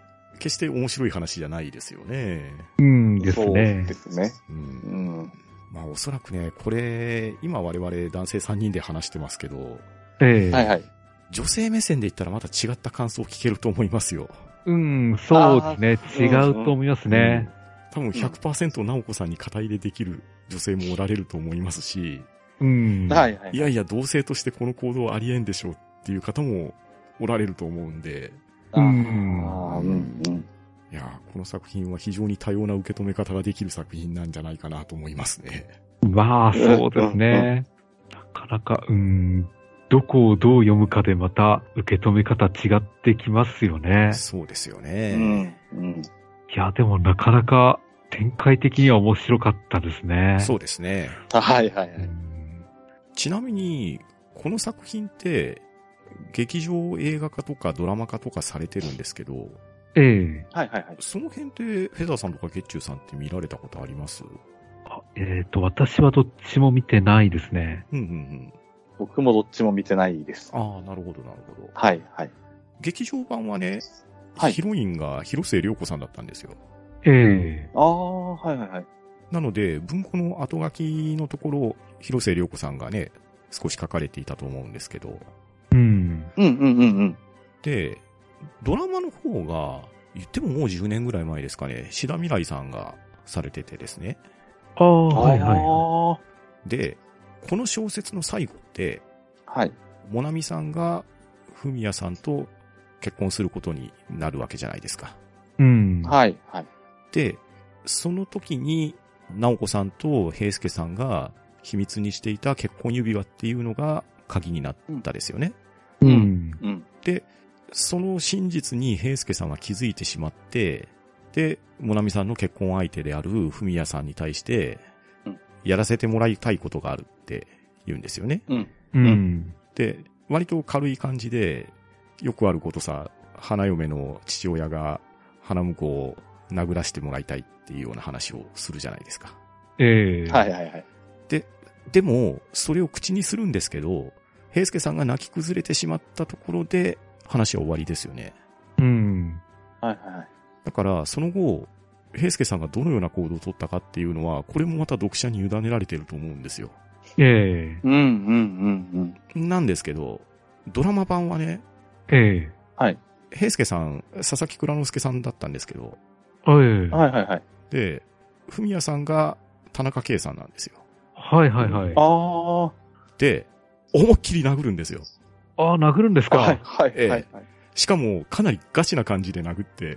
[SPEAKER 2] 決して面白い話じゃないですよね。
[SPEAKER 3] うんです
[SPEAKER 1] そう
[SPEAKER 3] ね
[SPEAKER 1] で。すね。
[SPEAKER 2] う。
[SPEAKER 1] うんん。
[SPEAKER 2] まあおそらくね、これ、今我々男性3人で話してますけど、
[SPEAKER 3] ええ
[SPEAKER 1] はい、はい。
[SPEAKER 2] 女性目線で言ったらまた違った感想を聞けると思いますよ。
[SPEAKER 3] うん、そうですね。違
[SPEAKER 1] あー
[SPEAKER 3] うと思いますね。
[SPEAKER 2] 多分100%直子さんに肩入れできる女性もおられると思いますし、
[SPEAKER 3] うん。
[SPEAKER 1] はいはいい。
[SPEAKER 2] やいや、同性としてこの行動ありえんでしょうっていう方もおられると思うんで、
[SPEAKER 1] あー
[SPEAKER 3] うん
[SPEAKER 1] あーうんうん。
[SPEAKER 2] いやー、この作品は非常に多様な受け止め方ができる作品なんじゃないかなと思いますね。
[SPEAKER 3] まあ、そうですね。なかなか、うん。どこをどう読むかでまた受け止め方違ってきますよね。
[SPEAKER 2] そうですよ
[SPEAKER 1] う
[SPEAKER 2] ね。
[SPEAKER 1] んうん。
[SPEAKER 3] いや、でもなかなか展開的には面白かったですね。
[SPEAKER 2] そうですね。
[SPEAKER 1] はいはいは
[SPEAKER 3] う
[SPEAKER 1] い。
[SPEAKER 3] ん。
[SPEAKER 2] ちなみに、この作品って、劇場映画化とかドラマ化とかされてるんですけど、
[SPEAKER 3] ええ
[SPEAKER 1] はいはいはい。
[SPEAKER 2] その辺って、フェザーさんとかゲッチューさんって見られたことあります
[SPEAKER 3] あえっ、と、私はどっちも見てないですね。
[SPEAKER 2] うんうんうん。
[SPEAKER 1] 僕もどっちも見てないです。
[SPEAKER 2] ああ、なるほど、なるほど。
[SPEAKER 1] はいはい。
[SPEAKER 2] 劇場版はね、
[SPEAKER 1] はい
[SPEAKER 2] ヒロインが広末涼子さんだったんですよ。
[SPEAKER 3] ええ
[SPEAKER 1] ああ、はいはいはい。
[SPEAKER 2] なので、文庫の後書きのところ、広末涼子さんがね、少し書かれていたと思うんですけど、
[SPEAKER 3] うん。
[SPEAKER 1] うんうんうんうん。
[SPEAKER 2] で、ドラマの方が、言ってももう10年ぐらい前ですかね、志田未来さんがされててですね。
[SPEAKER 3] ああ、はいはいはい。
[SPEAKER 2] で、この小説の最後って、
[SPEAKER 1] あーはい。
[SPEAKER 2] モナミさんが、フミヤさんと結婚することになるわけじゃないですか。
[SPEAKER 3] うん。
[SPEAKER 1] はいはい。
[SPEAKER 2] で、その時に、直子さんと平介さんが秘密にしていた結婚指輪っていうのが鍵になったですよね。
[SPEAKER 3] う。
[SPEAKER 1] うんうん。
[SPEAKER 2] その真実に平介さんは気づいてしまって、で、モナミさんの結婚相手であるフミヤさんに対して
[SPEAKER 1] うん、
[SPEAKER 2] やらせてもらいたいことがあるって言うんですよね。
[SPEAKER 1] うん。
[SPEAKER 3] うん。
[SPEAKER 2] で、割と軽い感じで、よくあることさ、花嫁の父親が花婿を殴らしてもらいたいっていうような話をするじゃないですか。
[SPEAKER 3] ええ
[SPEAKER 1] はいはいはい。
[SPEAKER 2] でも、それを口にするんですけど、平介さんが泣き崩れてしまったところで、話は終わりですよね。
[SPEAKER 3] うん。
[SPEAKER 1] はいはいはい。
[SPEAKER 2] だから、その後、平介さんがどのような行動を取ったかっていうのは、これもまた読者に委ねられてると思うんですよ。
[SPEAKER 3] ええ
[SPEAKER 1] うんうんうんうん。
[SPEAKER 2] なんですけど、ドラマ版はね、
[SPEAKER 3] ええ
[SPEAKER 2] 平介さん、佐々木蔵之介さんだったんですけど、
[SPEAKER 3] ええ
[SPEAKER 1] はいはいはい。
[SPEAKER 2] で、ふみやさんが田中圭さんなんですよ。
[SPEAKER 3] はいはいはい。あ
[SPEAKER 1] あ
[SPEAKER 2] で、思いっきり殴るんですよ。
[SPEAKER 3] あー、殴るんです
[SPEAKER 1] あ。
[SPEAKER 3] か。
[SPEAKER 1] はいはいはい。
[SPEAKER 2] しかも、かなりガチな感じで殴って、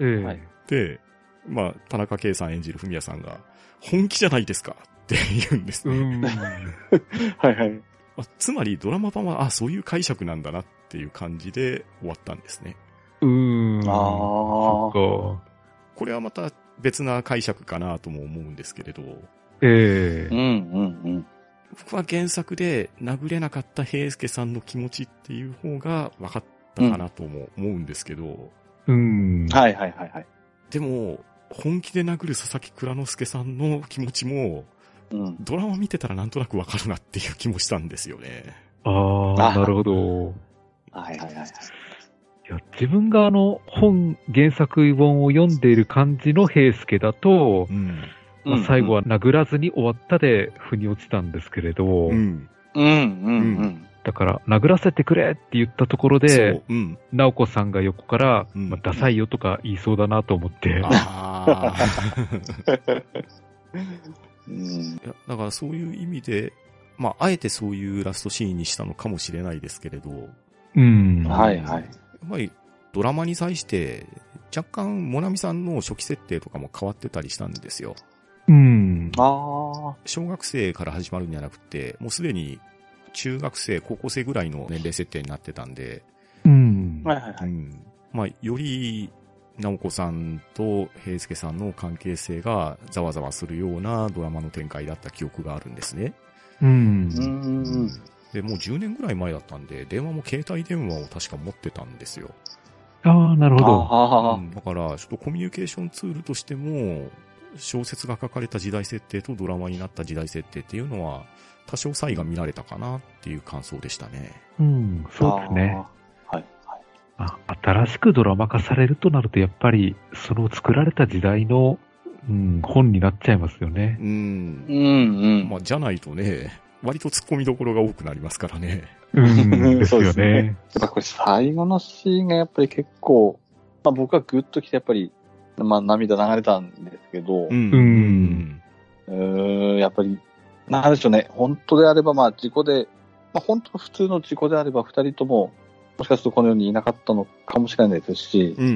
[SPEAKER 3] ええ
[SPEAKER 1] はい
[SPEAKER 2] で、まあ、田中圭さん演じるふみやさんが、本気じゃないですかって言うんです
[SPEAKER 3] う
[SPEAKER 2] ね。
[SPEAKER 3] ん。
[SPEAKER 1] はいはい。
[SPEAKER 2] あつまり、ドラマ版は、あ、そういう解釈なんだなっていう感じで終わったんですね。
[SPEAKER 3] うん。
[SPEAKER 1] ああ。
[SPEAKER 3] そっか。
[SPEAKER 2] これはまた別な解釈かなとも思うんですけれど、
[SPEAKER 3] え
[SPEAKER 1] う
[SPEAKER 3] え
[SPEAKER 1] んうんうん。
[SPEAKER 2] 僕は原作で殴れなかった平介さんの気持ちっていう方が分かったかなとも思うんですけど、
[SPEAKER 3] うん。
[SPEAKER 1] はいはいはいはい。
[SPEAKER 2] でも、本気で殴る佐々木蔵之介さんの気持ちも、
[SPEAKER 1] うん。
[SPEAKER 2] ドラマ見てたらなんとなくわかるなっていう気もしたんですよね。
[SPEAKER 3] あ
[SPEAKER 1] あ
[SPEAKER 3] あ、なるほど。
[SPEAKER 1] はいはいはい。
[SPEAKER 3] いや自分があの本、原作本を読んでいる感じの平助だと
[SPEAKER 2] う、ん。
[SPEAKER 3] まあ
[SPEAKER 1] うん
[SPEAKER 3] 最後は殴らずに終わったで腑に落ちたんですけれど、
[SPEAKER 2] うん。
[SPEAKER 1] うんうんうん。
[SPEAKER 3] だから殴らせてくれって言ったところ
[SPEAKER 2] そう
[SPEAKER 3] で、。
[SPEAKER 2] うん。
[SPEAKER 3] 直子さんが横から、
[SPEAKER 2] うん
[SPEAKER 3] まあダサいよとか言いそうだなと思って、
[SPEAKER 2] ああ。
[SPEAKER 1] うん
[SPEAKER 2] いやだからそういう意味で、まあ、あえてそういうラストシーンにしたのかもしれないですけれど、や
[SPEAKER 3] うん。
[SPEAKER 1] はいはい。
[SPEAKER 2] っぱりドラマに際して、若干、モナミさんの初期設定とかも変わってたりしたんですよ。
[SPEAKER 3] うん。
[SPEAKER 1] ああ。
[SPEAKER 2] 小学生から始まるんじゃなくて、もうすでに中学生、高校生ぐらいの年齢設定になってたんで、
[SPEAKER 3] うん。
[SPEAKER 1] はいはいは
[SPEAKER 2] う
[SPEAKER 1] い。
[SPEAKER 2] ん。まあ、より、直子さんと平介さんの関係性がざわざわするようなドラマの展開だった記憶があるんですね。
[SPEAKER 3] うん。
[SPEAKER 1] うん。
[SPEAKER 2] で、もう10年ぐらい前だったんで、電話も携帯電話を確か持ってたんですよ。
[SPEAKER 3] ああ、なるほど。
[SPEAKER 1] あ
[SPEAKER 2] うんだから、ちょっとコミュニケーションツールとしても、小説が書かれた時代設定とドラマになった時代設定っていうのは、多少差異が見られたかなっていう感想でしたね。
[SPEAKER 3] うん、
[SPEAKER 1] あ。
[SPEAKER 3] そうですね。
[SPEAKER 1] あー。はいはい。
[SPEAKER 3] あ新しくドラマ化されるとなると、やっぱり、その作られた時代の、うん、本になっちゃいますよね。
[SPEAKER 2] うん。
[SPEAKER 1] うんうん。
[SPEAKER 2] まあ、じゃないとね、割と突っ込みどころが多くなりますからね。
[SPEAKER 3] うん、で す
[SPEAKER 1] そうで
[SPEAKER 3] よ
[SPEAKER 1] すね
[SPEAKER 3] ね。
[SPEAKER 1] やっぱこれ最後のシーンがやっぱり結構、まあ僕はぐっと来てやっぱり、まあ涙流れたんですけど、
[SPEAKER 2] うん。
[SPEAKER 3] うん
[SPEAKER 1] うーんやっぱり、なんでしょうね、本当であれば、まあ、事故で、まあ、本当普通の事故であれば、二人とも、もしかするとこの世にいなかったのかもしれないですし
[SPEAKER 2] うん。う、ん。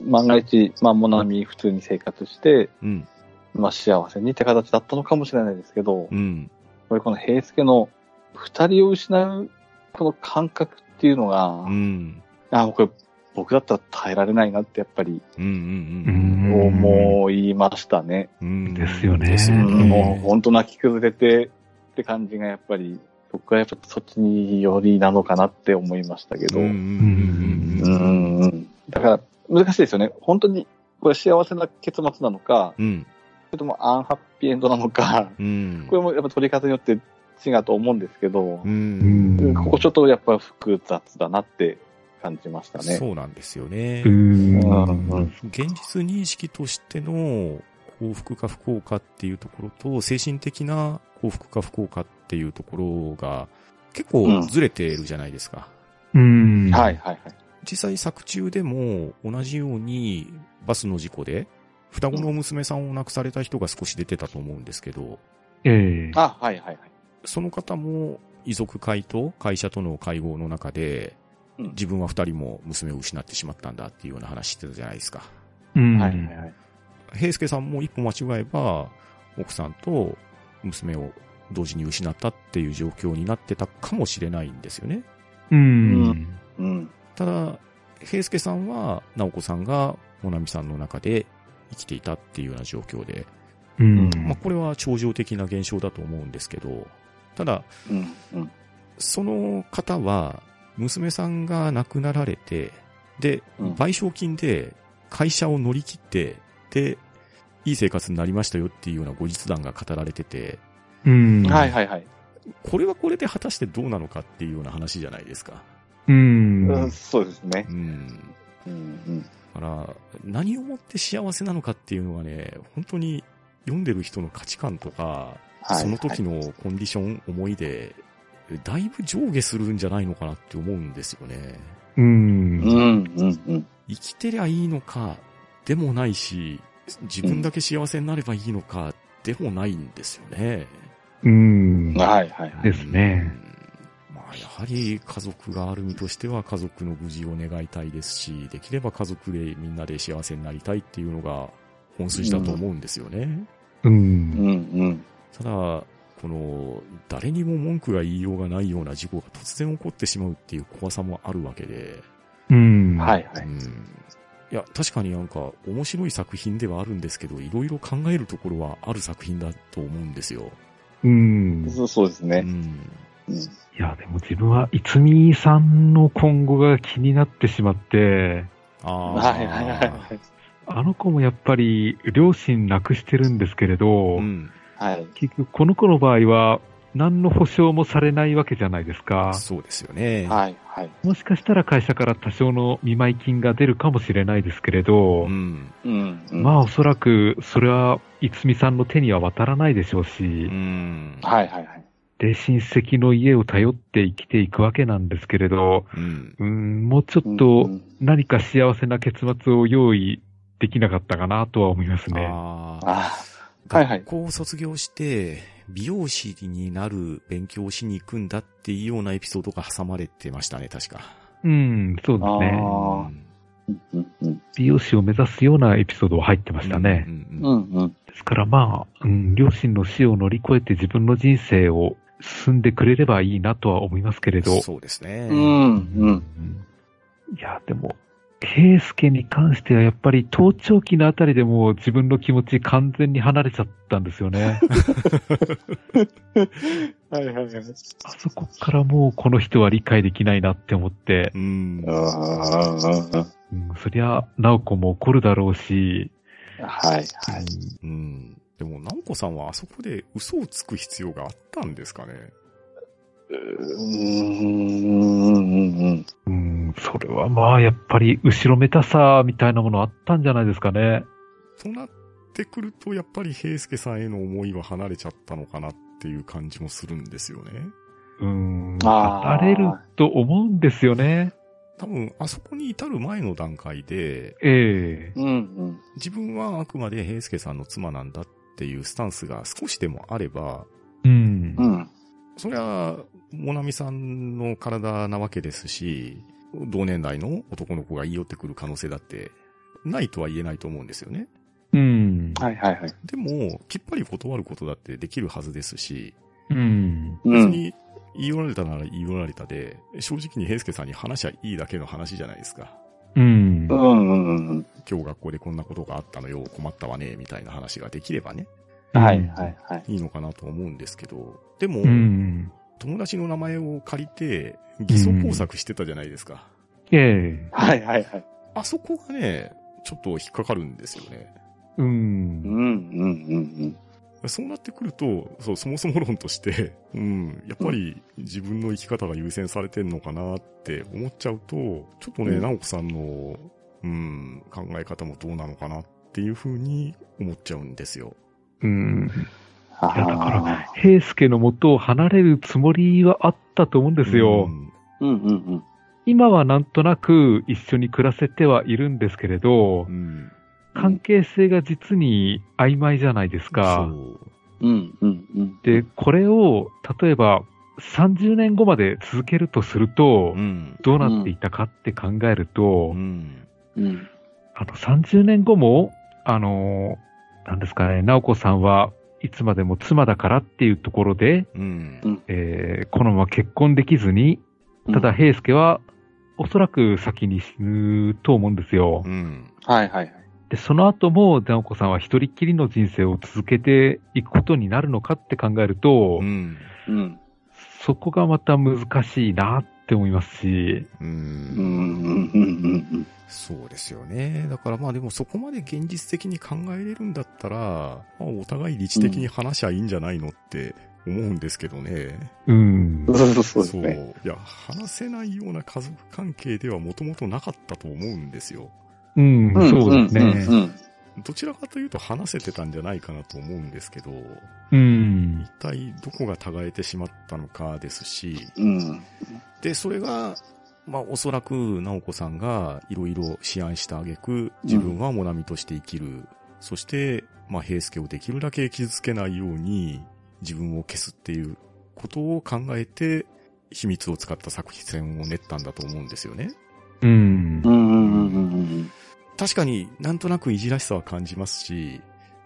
[SPEAKER 2] うん。
[SPEAKER 1] 万が一、まあ、モナミ普通に生活して、
[SPEAKER 2] うん。
[SPEAKER 1] まあ、幸せにって形だったのかもしれないですけど、
[SPEAKER 2] うん。
[SPEAKER 1] これこの平助の二人を失う、この感覚っていうのが、
[SPEAKER 2] うん。
[SPEAKER 1] あ、これ、僕だったら耐えられないなって、やっぱり、
[SPEAKER 2] うん。うん。
[SPEAKER 1] 思いましたね。
[SPEAKER 2] うん。
[SPEAKER 3] ですよね
[SPEAKER 2] ですよ
[SPEAKER 3] うん
[SPEAKER 1] もう
[SPEAKER 2] ね。
[SPEAKER 1] 本当泣き崩れてって感じがやっぱり、僕はやっぱそっちによりなのかなって思いましたけど。
[SPEAKER 2] うん。
[SPEAKER 1] う
[SPEAKER 2] う
[SPEAKER 1] ん
[SPEAKER 2] ん。うん。うん。
[SPEAKER 1] うんだから難しいですよね。本当にこれ幸せな結末なのか、
[SPEAKER 2] うん。
[SPEAKER 1] それともアンハッピーエンドなのか、
[SPEAKER 2] うん。
[SPEAKER 1] これもやっぱ取り方によって違うと思うんですけど
[SPEAKER 2] う、。
[SPEAKER 3] うんん
[SPEAKER 1] ここちょっとやっぱ複雑だなって感じましたね。
[SPEAKER 2] そうなんですよね
[SPEAKER 3] う。
[SPEAKER 1] うん
[SPEAKER 3] ん
[SPEAKER 2] 現実認識としての幸福か不幸かっていうところと、精神的な幸福か不幸かっていうところが結構ずれてるじゃないですか。
[SPEAKER 3] うん
[SPEAKER 1] はい。はいはい。
[SPEAKER 2] 実際作中でも同じようにバスの事故で双子の娘さんを亡くされた人が少し出てたと思うんですけど、
[SPEAKER 3] ええ。
[SPEAKER 1] あ、はいはいはい。
[SPEAKER 2] その方も遺族会と会社との会合の中で、
[SPEAKER 1] うん
[SPEAKER 2] 自分は二人も娘を失ってしまったんだっていうような話してたじゃないですか。
[SPEAKER 3] うん
[SPEAKER 1] はいはいはい。
[SPEAKER 2] 平介さんも一歩間違えば、奥さんと娘を同時に失ったっていう状況になってたかもしれないんですよね。
[SPEAKER 3] うん。
[SPEAKER 1] うん。
[SPEAKER 2] ただ、平介さんは、直子さんが、もなみさんの中で生きていたっていうような状況で、
[SPEAKER 3] うん。
[SPEAKER 2] まあ、これは超常的な現象だと思うんですけど、ただ、
[SPEAKER 1] うん。うん。
[SPEAKER 2] その方は、娘さんが亡くなられて、で、
[SPEAKER 1] うん
[SPEAKER 2] 賠償金で会社を乗り切って、で、いい生活になりましたよっていうような後日談が語られてて、
[SPEAKER 3] うん。
[SPEAKER 1] はいはいはい。
[SPEAKER 2] これはこれで果たしてどうなのかっていうような話じゃないですか。
[SPEAKER 3] うん。
[SPEAKER 1] うんそうですね
[SPEAKER 2] う。ん。
[SPEAKER 1] うんうん
[SPEAKER 2] だから、何をもって幸せなのかっていうのはね、本当に読んでる人の価値観とか、
[SPEAKER 1] はい
[SPEAKER 2] その時のコンディション、思いで、だいぶ上下するんじゃないのかなって思うんですよね。
[SPEAKER 3] うん。
[SPEAKER 1] うんうんうん。
[SPEAKER 2] 生きてりゃいいのか、でもないし、自分だけ幸せになればいいのか、でもないんですよね。
[SPEAKER 3] うん。
[SPEAKER 1] はいはいはい。
[SPEAKER 3] ですね
[SPEAKER 2] うん。まあ、やはり家族がある身としては家族の無事を願いたいですし、できれば家族でみんなで幸せになりたいっていうのが本筋だと思うんですよね。
[SPEAKER 3] う
[SPEAKER 1] うん
[SPEAKER 3] ん。
[SPEAKER 1] うん。
[SPEAKER 2] ただ、この、誰にも文句が言いようがないような事故が突然起こってしまうっていう怖さもあるわけで、
[SPEAKER 3] うん。
[SPEAKER 1] はいは
[SPEAKER 2] う
[SPEAKER 1] い。
[SPEAKER 2] ん。いや、確かになんか面白い作品ではあるんですけど、いろいろ考えるところはある作品だと思うんですよ。
[SPEAKER 3] うん。
[SPEAKER 1] そうそうです
[SPEAKER 2] う
[SPEAKER 1] ね。
[SPEAKER 2] ん。
[SPEAKER 1] うん
[SPEAKER 3] いや、でも自分は、いつみさんの今後が気になってしまって、
[SPEAKER 2] ああ。
[SPEAKER 1] はいはいはいはい。
[SPEAKER 3] あの子もやっぱり両親亡くしてるんですけれど、
[SPEAKER 2] うん。
[SPEAKER 1] はい。
[SPEAKER 3] 結局この子の場合は何の保証もされないわけじゃないですか。
[SPEAKER 2] そうですよね。
[SPEAKER 1] はいはい。
[SPEAKER 3] もしかしたら会社から多少の見舞い金が出るかもしれないですけれど、
[SPEAKER 2] うん。
[SPEAKER 1] うんうん。
[SPEAKER 3] まあおそらくそれはいつみさんの手には渡らないでしょうし、
[SPEAKER 2] うん。
[SPEAKER 1] はいはいはい。
[SPEAKER 3] で、親戚の家を頼って生きていくわけなんですけれど、
[SPEAKER 2] うん。
[SPEAKER 3] うん、もうちょっ
[SPEAKER 1] う
[SPEAKER 3] と
[SPEAKER 1] ん
[SPEAKER 3] 何か幸せな結末を用意できなかったかなとは思いますね。
[SPEAKER 2] ああ。
[SPEAKER 1] あはいはい
[SPEAKER 2] 学校を卒業して、美容師になる勉強をしに行くんだっていうようなエピソードが挟まれてましたね、確か。
[SPEAKER 3] うん、そうです
[SPEAKER 1] あ
[SPEAKER 3] ね。
[SPEAKER 1] ー
[SPEAKER 2] うん
[SPEAKER 1] ーうんうん
[SPEAKER 3] 美容師を目指すようなエピソードは入ってましたね。
[SPEAKER 2] うんうんうん
[SPEAKER 1] うんうん。
[SPEAKER 3] ですからまあ、うん、両親の死を乗り越えて自分の人生を進んでくれればいいなとは思いますけれど。
[SPEAKER 2] そうですね。
[SPEAKER 1] うんうん。
[SPEAKER 3] いや、でも、平介に関してはやっぱり盗聴器のあたりでもう自分の気持ち完全に離れちゃったんです よね。
[SPEAKER 1] はいはいはい。
[SPEAKER 3] あそこからもうこの人は理解できないなって思って、
[SPEAKER 2] うん。
[SPEAKER 3] うん、そりゃ、直子も怒るだろうし、
[SPEAKER 1] はいはい。
[SPEAKER 2] うん。でも、直子さんはあそこで嘘をつく必要があったんですかね。
[SPEAKER 1] うんうんうん。
[SPEAKER 3] うん、それはまあやっぱり後ろめたさみたいなものあったんじゃないですかね。
[SPEAKER 2] となってくると、やっぱり平介さんへの思いは離れちゃったのかなっていう感じもするんですよね。
[SPEAKER 3] うん、
[SPEAKER 1] あー
[SPEAKER 3] 離れると思うんですよね。
[SPEAKER 2] 多分、あそこに至る前の段階で、
[SPEAKER 3] ええ
[SPEAKER 1] うん、うん。
[SPEAKER 2] 自分はあくまで平介さんの妻なんだっていうスタンスが少しでもあれば、
[SPEAKER 3] うん
[SPEAKER 1] う。ん。
[SPEAKER 2] それは、モナミさんの体なわけですし、同年代の男の子が言い寄ってくる可能性だって、ないとは言えないと思うんですよね。
[SPEAKER 3] うん。
[SPEAKER 1] はいはいはい。
[SPEAKER 2] でも、きっぱり断ることだってできるはずですし、
[SPEAKER 3] うん。
[SPEAKER 1] う
[SPEAKER 2] 別
[SPEAKER 1] ん。
[SPEAKER 2] に言い寄られたなら言い寄られたで、正直に平介さんに話しゃいいだけの話じゃないですか。
[SPEAKER 3] うん
[SPEAKER 1] う。んうんうん。
[SPEAKER 2] 今日学校でこんなことがあったのよ、困ったわね、みたいな話ができればね、
[SPEAKER 1] はいはいはい。
[SPEAKER 2] いいのかなと思うんですけど、でも、
[SPEAKER 3] うん。
[SPEAKER 2] 友達の名前を借りて、偽装工作してたじゃないですか。
[SPEAKER 3] ええ
[SPEAKER 1] はいはいはい。
[SPEAKER 2] あそこがね、ちょっと引っかかるんですよね。
[SPEAKER 3] う
[SPEAKER 1] うん
[SPEAKER 3] ん。
[SPEAKER 1] うんうん
[SPEAKER 2] そうなってくると、そう、そもそも論として、うん、やっぱり自分の生き方が優先されてんのかなって思っちゃうと、ちょっとね、
[SPEAKER 1] うん
[SPEAKER 2] なおこさんの、うん、考え方もどうなのかなっていうふうに思っちゃうんですよ。
[SPEAKER 3] うん。
[SPEAKER 1] うん。
[SPEAKER 3] いやだから
[SPEAKER 1] ああ。
[SPEAKER 3] 平助のもとを離れるつもりはあったと思うんですよ。
[SPEAKER 2] うん
[SPEAKER 1] うんうんうん。
[SPEAKER 3] 今はなんとなく一緒に暮らせてはいるんですけれど
[SPEAKER 2] う、ん。
[SPEAKER 3] 関係性が実に曖昧じゃないですか。
[SPEAKER 2] そう
[SPEAKER 1] うんうんうん。
[SPEAKER 3] で、これを、例えば、30年後まで続けるとすると
[SPEAKER 2] う、ん。
[SPEAKER 3] どうなっていたかって考えると
[SPEAKER 2] う、ん。
[SPEAKER 1] うん。
[SPEAKER 3] あの、30年後も、あのー、なんですかね、直子さんはいつまでも妻だからっていうところで、
[SPEAKER 2] うん。
[SPEAKER 3] えーこのまま結婚できずに、ただ、、平介は、おそらく先に死ぬと思うんですよ
[SPEAKER 2] う。ん。
[SPEAKER 1] はいはいはい。
[SPEAKER 3] で、その後も、直子さんは一人っきりの人生を続けていくことになるのかって考えると、
[SPEAKER 2] うん。
[SPEAKER 1] うん。
[SPEAKER 3] そこがまた難しいなって思いますし、
[SPEAKER 1] う
[SPEAKER 2] う。
[SPEAKER 1] んうんんうん
[SPEAKER 2] そうですよね。だからまあでもそこまで現実的に考えれるんだったら、まあお互い理知的に話しゃいいんじゃないのって思うんですけどね。
[SPEAKER 3] うん
[SPEAKER 1] うん。。そうそうそうですね。
[SPEAKER 2] いや、話せないような家族関係ではもともとなかったと思うんですよ。
[SPEAKER 3] うん、
[SPEAKER 1] ん
[SPEAKER 3] そうですね
[SPEAKER 1] う。ん
[SPEAKER 2] どちらかというと話せてたんじゃないかなと思うんですけど、
[SPEAKER 3] うん
[SPEAKER 2] 一。体どこが違えてしまったのかですし、
[SPEAKER 1] うんうん。
[SPEAKER 2] で、それが、まあ、おそらく、直子さんがいろいろ思案した挙句、自分はモナミとして生きる。そして、まあ、平介をできるだけ傷つけないように、自分を消すっていうことを考えて、秘密を使った作戦を練ったんだと思うんですよね。
[SPEAKER 3] うん
[SPEAKER 1] う。んうんうん
[SPEAKER 2] 確かになんとなくいじらしさは感じますし、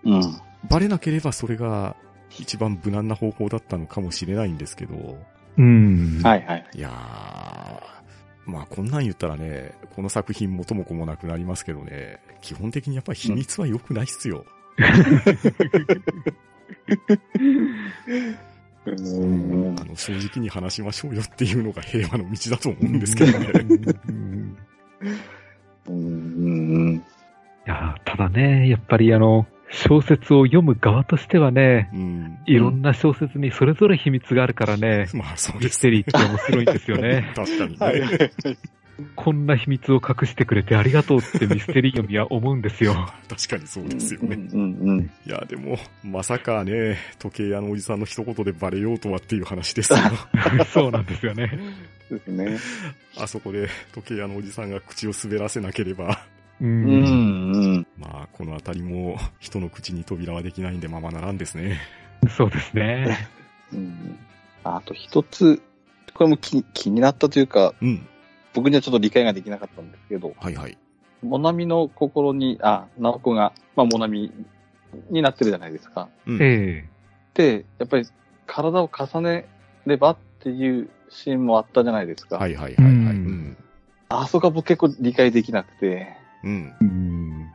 [SPEAKER 1] うん。うん。
[SPEAKER 2] バレなければそれが一番無難な方法だったのかもしれないんですけど、
[SPEAKER 3] うん。
[SPEAKER 1] はいはい。
[SPEAKER 2] いやー、まあこんなん言ったらね、この作品もともこもなくなりますけどね、基本的にやっぱり秘密は良くないっすよ。
[SPEAKER 1] うん
[SPEAKER 2] あの、正直に話しましょうよっていうのが平和の道だと思うんですけどね。
[SPEAKER 3] うん
[SPEAKER 1] うん。
[SPEAKER 3] いやーただね、やっぱりあの、小説を読む側としてはね、
[SPEAKER 2] うん。
[SPEAKER 3] いろんな小説にそれぞれ秘密があるからね、
[SPEAKER 2] まあそう
[SPEAKER 3] ミ
[SPEAKER 2] で
[SPEAKER 3] ス
[SPEAKER 2] す。
[SPEAKER 3] テリーって面白いんですよね
[SPEAKER 2] 確かにね。
[SPEAKER 1] はいはい。
[SPEAKER 3] こんな秘密を隠してくれてありがとうってミステリー読みは思うんですよ。
[SPEAKER 2] 確かにそうですよね。
[SPEAKER 1] うんうん。
[SPEAKER 2] いや、でも、まさかね、時計屋のおじさんの一言でバレようとはっていう話です よ。
[SPEAKER 3] そうなんですよね。
[SPEAKER 1] そうですね。
[SPEAKER 2] あそこで時計屋のおじさんが口を滑らせなければ。
[SPEAKER 3] う。
[SPEAKER 1] うんんうん。
[SPEAKER 2] まあ、このあたりも人の口に扉はできないんでままならんですね。
[SPEAKER 3] そうですね。
[SPEAKER 1] うんあと一つ、これも気気になったというか、
[SPEAKER 2] うん。
[SPEAKER 1] 僕にはちょっと理解ができなかったんですけど、
[SPEAKER 2] はいはい。
[SPEAKER 1] モナミの心に、あ、ナオコが、まあ、モナミになってるじゃないですか。
[SPEAKER 2] うん
[SPEAKER 3] え
[SPEAKER 1] で、やっぱり体を重ねればっていうシーンもあったじゃないですか。
[SPEAKER 2] はいはいはいはい。う
[SPEAKER 3] うんん。
[SPEAKER 1] あそこは僕結構理解できなくて、
[SPEAKER 2] うん。
[SPEAKER 3] えうん。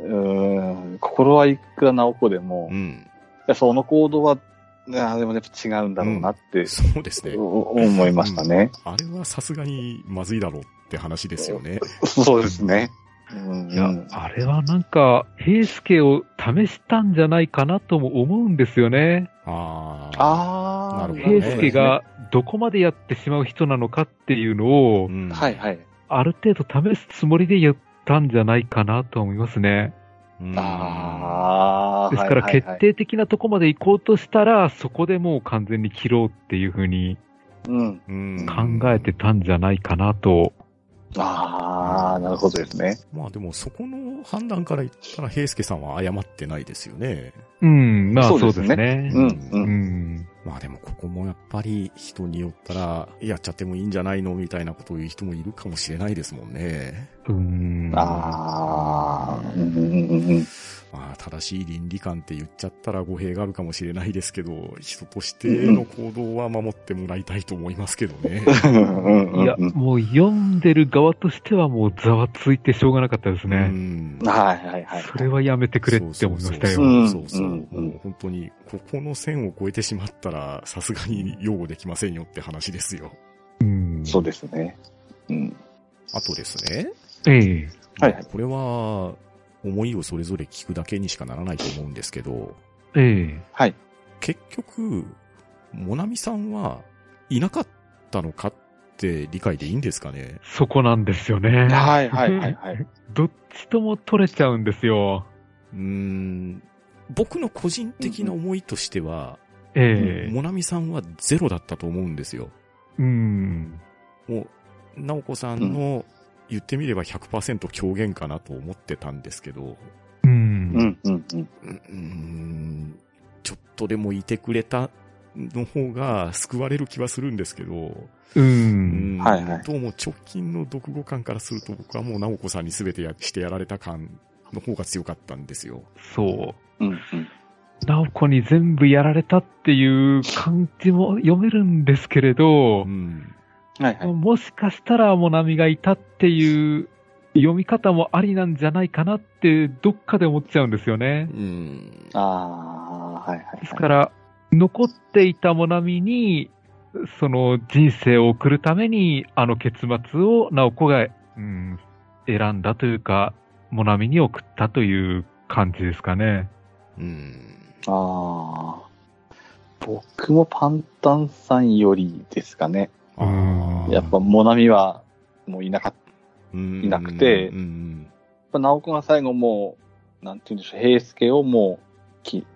[SPEAKER 1] うーん、心はいくらナオコでも、
[SPEAKER 2] う
[SPEAKER 1] い
[SPEAKER 2] ん。
[SPEAKER 1] やその行動は、あーでもやっぱ違うんだろうなって、
[SPEAKER 2] そうですね。
[SPEAKER 1] お思いましたね。
[SPEAKER 2] あれはさすがにまずいだろうって話ですよね。
[SPEAKER 1] そうですね。うん
[SPEAKER 3] いや、あれはなんか、平助を試したんじゃないかなとも思うんですよね。
[SPEAKER 2] ああ。
[SPEAKER 1] ああ、
[SPEAKER 2] なるほどね
[SPEAKER 3] 平助がどこまでやってしまう人なのかっていうのを
[SPEAKER 2] う、ん
[SPEAKER 1] はいはい。
[SPEAKER 3] ある程度試すつもりで言ったんじゃないかなと思いますね。
[SPEAKER 2] うん
[SPEAKER 1] ああ、
[SPEAKER 3] ですから
[SPEAKER 1] はいはい
[SPEAKER 3] 決
[SPEAKER 1] はい
[SPEAKER 3] 定的なとこまで行こうとしたら、そこでもう完全に切ろうっていうふうに
[SPEAKER 1] うん。
[SPEAKER 2] うん
[SPEAKER 3] 考えてたんじゃないかなと。
[SPEAKER 1] ああ、なるほどですね。
[SPEAKER 2] まあでもそこの判断から言ったら、平介さんは謝ってないですよね。
[SPEAKER 3] うん、まあ
[SPEAKER 1] そ
[SPEAKER 3] そうう
[SPEAKER 1] で
[SPEAKER 3] です
[SPEAKER 1] ね
[SPEAKER 3] すね。
[SPEAKER 1] うん、う。
[SPEAKER 3] うんん。
[SPEAKER 2] まあでもここもやっぱり人によったら、やっちゃってもいいんじゃないのみたいなことを言う人もいるかもしれないですもんね。
[SPEAKER 3] うん。
[SPEAKER 1] ああ、うん、うん、うん。
[SPEAKER 2] まあ正しい倫理観って言っちゃったら語弊があるかもしれないですけど、人としての行動は守ってもらいたいと思いますけどね。
[SPEAKER 1] うん
[SPEAKER 3] いや、
[SPEAKER 1] うん
[SPEAKER 3] もう読んでる側としてはもうざわついてしょうがなかったです
[SPEAKER 2] う
[SPEAKER 3] ね。
[SPEAKER 2] ん
[SPEAKER 1] はい、はい、はい。
[SPEAKER 3] それはやめてくれって思いました
[SPEAKER 1] そうそう
[SPEAKER 3] よ。
[SPEAKER 1] ん
[SPEAKER 2] そうそうそう。
[SPEAKER 1] うんうん
[SPEAKER 2] もう本当に、ここの線を越えてしまったら、さすがに擁護できませんよって話ですよ。
[SPEAKER 3] うん
[SPEAKER 1] そうですね。うん。
[SPEAKER 2] あとですね。
[SPEAKER 3] ええ。
[SPEAKER 1] はいはい
[SPEAKER 2] これは、思いをそれぞれ聞くだけにしかならないと思うんですけど、
[SPEAKER 3] え
[SPEAKER 1] はい。
[SPEAKER 2] 結局、モナミさんはいなかったのかって理解でいいんですかね
[SPEAKER 3] え。そこなんですよね。
[SPEAKER 1] はい、はい、はい、 はい。
[SPEAKER 3] どっちとも取れちゃうんですよ。
[SPEAKER 2] うーん、僕の個人的な思いとしては、
[SPEAKER 3] ええ。
[SPEAKER 2] モナミさんはゼロだったと思うんですよ。
[SPEAKER 3] うん。
[SPEAKER 2] もう、なおこさんの、言ってみれば100%狂言かなと思ってたんですけど、
[SPEAKER 3] う。
[SPEAKER 1] うんん、うん、うん。
[SPEAKER 2] うーん、ちょっとでもいてくれたの方が救われる気はするんですけど、
[SPEAKER 3] う。
[SPEAKER 2] うんん
[SPEAKER 1] はいはい
[SPEAKER 2] どうも直近の読後感からすると僕はもうなおこさんに全てやしてやられた感の方が強かったんですよ。
[SPEAKER 3] そう。
[SPEAKER 1] うん、うん。
[SPEAKER 3] ナオコに全部やられたっていう感じも読めるんですけれど
[SPEAKER 2] う、ん。
[SPEAKER 1] はい、はい。
[SPEAKER 3] もしかしたらモナミがいたっていう読み方もありなんじゃないかなってどっかで思っちゃうんですよね
[SPEAKER 2] う。ん。
[SPEAKER 1] ああ、はい、はい。
[SPEAKER 3] ですから、残っていたモナミに、その人生を送るために、あの結末をナオコが、うん、選んだというか、モナミに送ったという感じですかね。
[SPEAKER 2] うん。
[SPEAKER 1] ああ。僕もパンタンさんよりですかね。
[SPEAKER 2] あー
[SPEAKER 1] やっぱ、、モナミは、もういなかった。や
[SPEAKER 2] い
[SPEAKER 1] いなくて
[SPEAKER 2] うん。
[SPEAKER 1] っぱ、ナオコが最後もう、なんて言うんでしょう、平助をもう、き、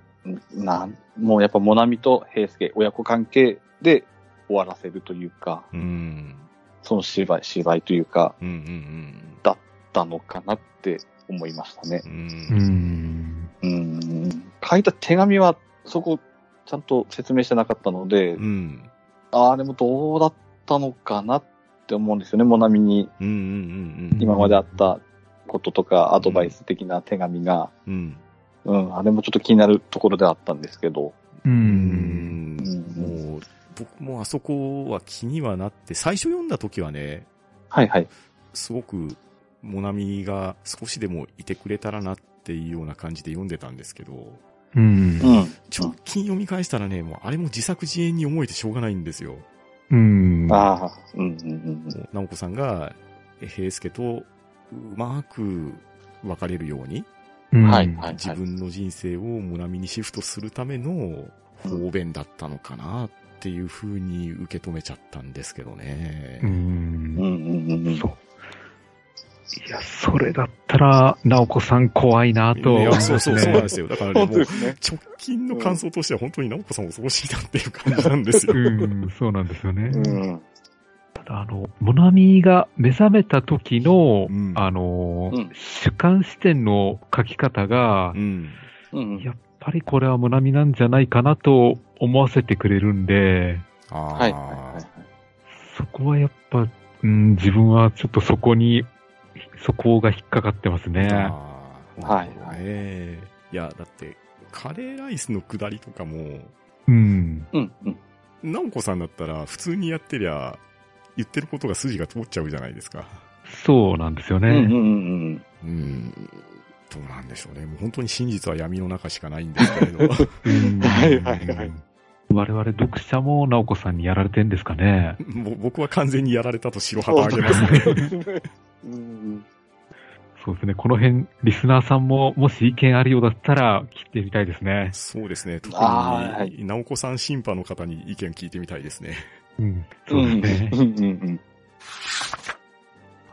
[SPEAKER 1] なん、もうやっぱ、モナミと平助、親子関係で終わらせるというか、
[SPEAKER 2] うん。
[SPEAKER 1] その芝居、芝居というか、
[SPEAKER 2] うん。うん。
[SPEAKER 1] だのかなって思いましたね。
[SPEAKER 2] うん。
[SPEAKER 3] ん。
[SPEAKER 1] うん。書いた手紙は、そこ、ちゃんと説明してなかったので、
[SPEAKER 2] うん。
[SPEAKER 1] ああ、でもどうだったのかなって思うんですよね。モナミに
[SPEAKER 2] うん。うん。うん。
[SPEAKER 1] 今まであったこととかアドバイス的な手紙が、
[SPEAKER 2] うん。
[SPEAKER 1] うん、あれもちょっと気になるところではあったんですけど。
[SPEAKER 3] う。
[SPEAKER 2] うんん。
[SPEAKER 1] うん、
[SPEAKER 2] もう、僕もあそこは気にはなって、最初読んだ時はね、
[SPEAKER 1] はいはい。
[SPEAKER 2] すごく、モナミが少しでもいてくれたらなっていうような感じで読んでたんですけど、
[SPEAKER 3] うん
[SPEAKER 1] うん。
[SPEAKER 2] 直近読み返したらね、もうあれも自作自演に思えてしょうがないんですよ。
[SPEAKER 3] うん。
[SPEAKER 1] ああ、うんうんうん。
[SPEAKER 2] なおこさんが、え平介とうまく別れるように、
[SPEAKER 3] うん
[SPEAKER 1] はいはい
[SPEAKER 2] 自分の人生をモナミにシフトするための方便だったのかなっていう風に受け止めちゃったんですけどね。
[SPEAKER 3] うん
[SPEAKER 1] うんうんうんうん。
[SPEAKER 3] そう。いや、それだったら、直子さん怖いないと。
[SPEAKER 2] やそうそう、そうなんですよ。だからね、もう、
[SPEAKER 1] すね。
[SPEAKER 2] 直近の感想としては本当になおこさん恐ろしいなっていう感じなんですよ。
[SPEAKER 3] うん、そうなんですよね。
[SPEAKER 1] うん。
[SPEAKER 3] ただ、あの、モナミが目覚めた時 の、
[SPEAKER 2] うん
[SPEAKER 3] あの、
[SPEAKER 1] うん
[SPEAKER 3] 主観視点の書き方が
[SPEAKER 2] う、ん。
[SPEAKER 1] うん
[SPEAKER 3] やっぱりこれはモナミなんじゃないかなと思わせてくれるんで、
[SPEAKER 2] ああ、
[SPEAKER 1] はいはいはい。
[SPEAKER 3] そこはやっぱ、うん、自分はちょっとそこに、そこが引っかかってますね。
[SPEAKER 2] あー
[SPEAKER 1] はい
[SPEAKER 2] なるほどねいや、だって、カレーライスの下りとかも、
[SPEAKER 3] うん。
[SPEAKER 1] うんうん。
[SPEAKER 2] なおこさんだったら普通にやってりゃ、言ってることが筋が通っちゃうじゃないですか。
[SPEAKER 3] そうなんですよね。
[SPEAKER 1] うんうんうん
[SPEAKER 2] うん。どうなんでしょうね。もう本当に真実は闇の中しかないんですけれ ど。
[SPEAKER 1] はいはいはい
[SPEAKER 3] 我々読者も直子さんにやられてんですかね。
[SPEAKER 2] もう僕は完全にやられたと白旗あげますね。
[SPEAKER 1] うん。うん
[SPEAKER 3] そうですね。この辺、リスナーさんももし意見あるようだったら聞いてみたいですね。
[SPEAKER 2] そうですね。特
[SPEAKER 1] あーは
[SPEAKER 2] に、なおこさん審判の方に意見聞いてみたいですね。
[SPEAKER 3] うん。
[SPEAKER 1] う
[SPEAKER 3] そ
[SPEAKER 1] ん
[SPEAKER 3] うですね。
[SPEAKER 1] うん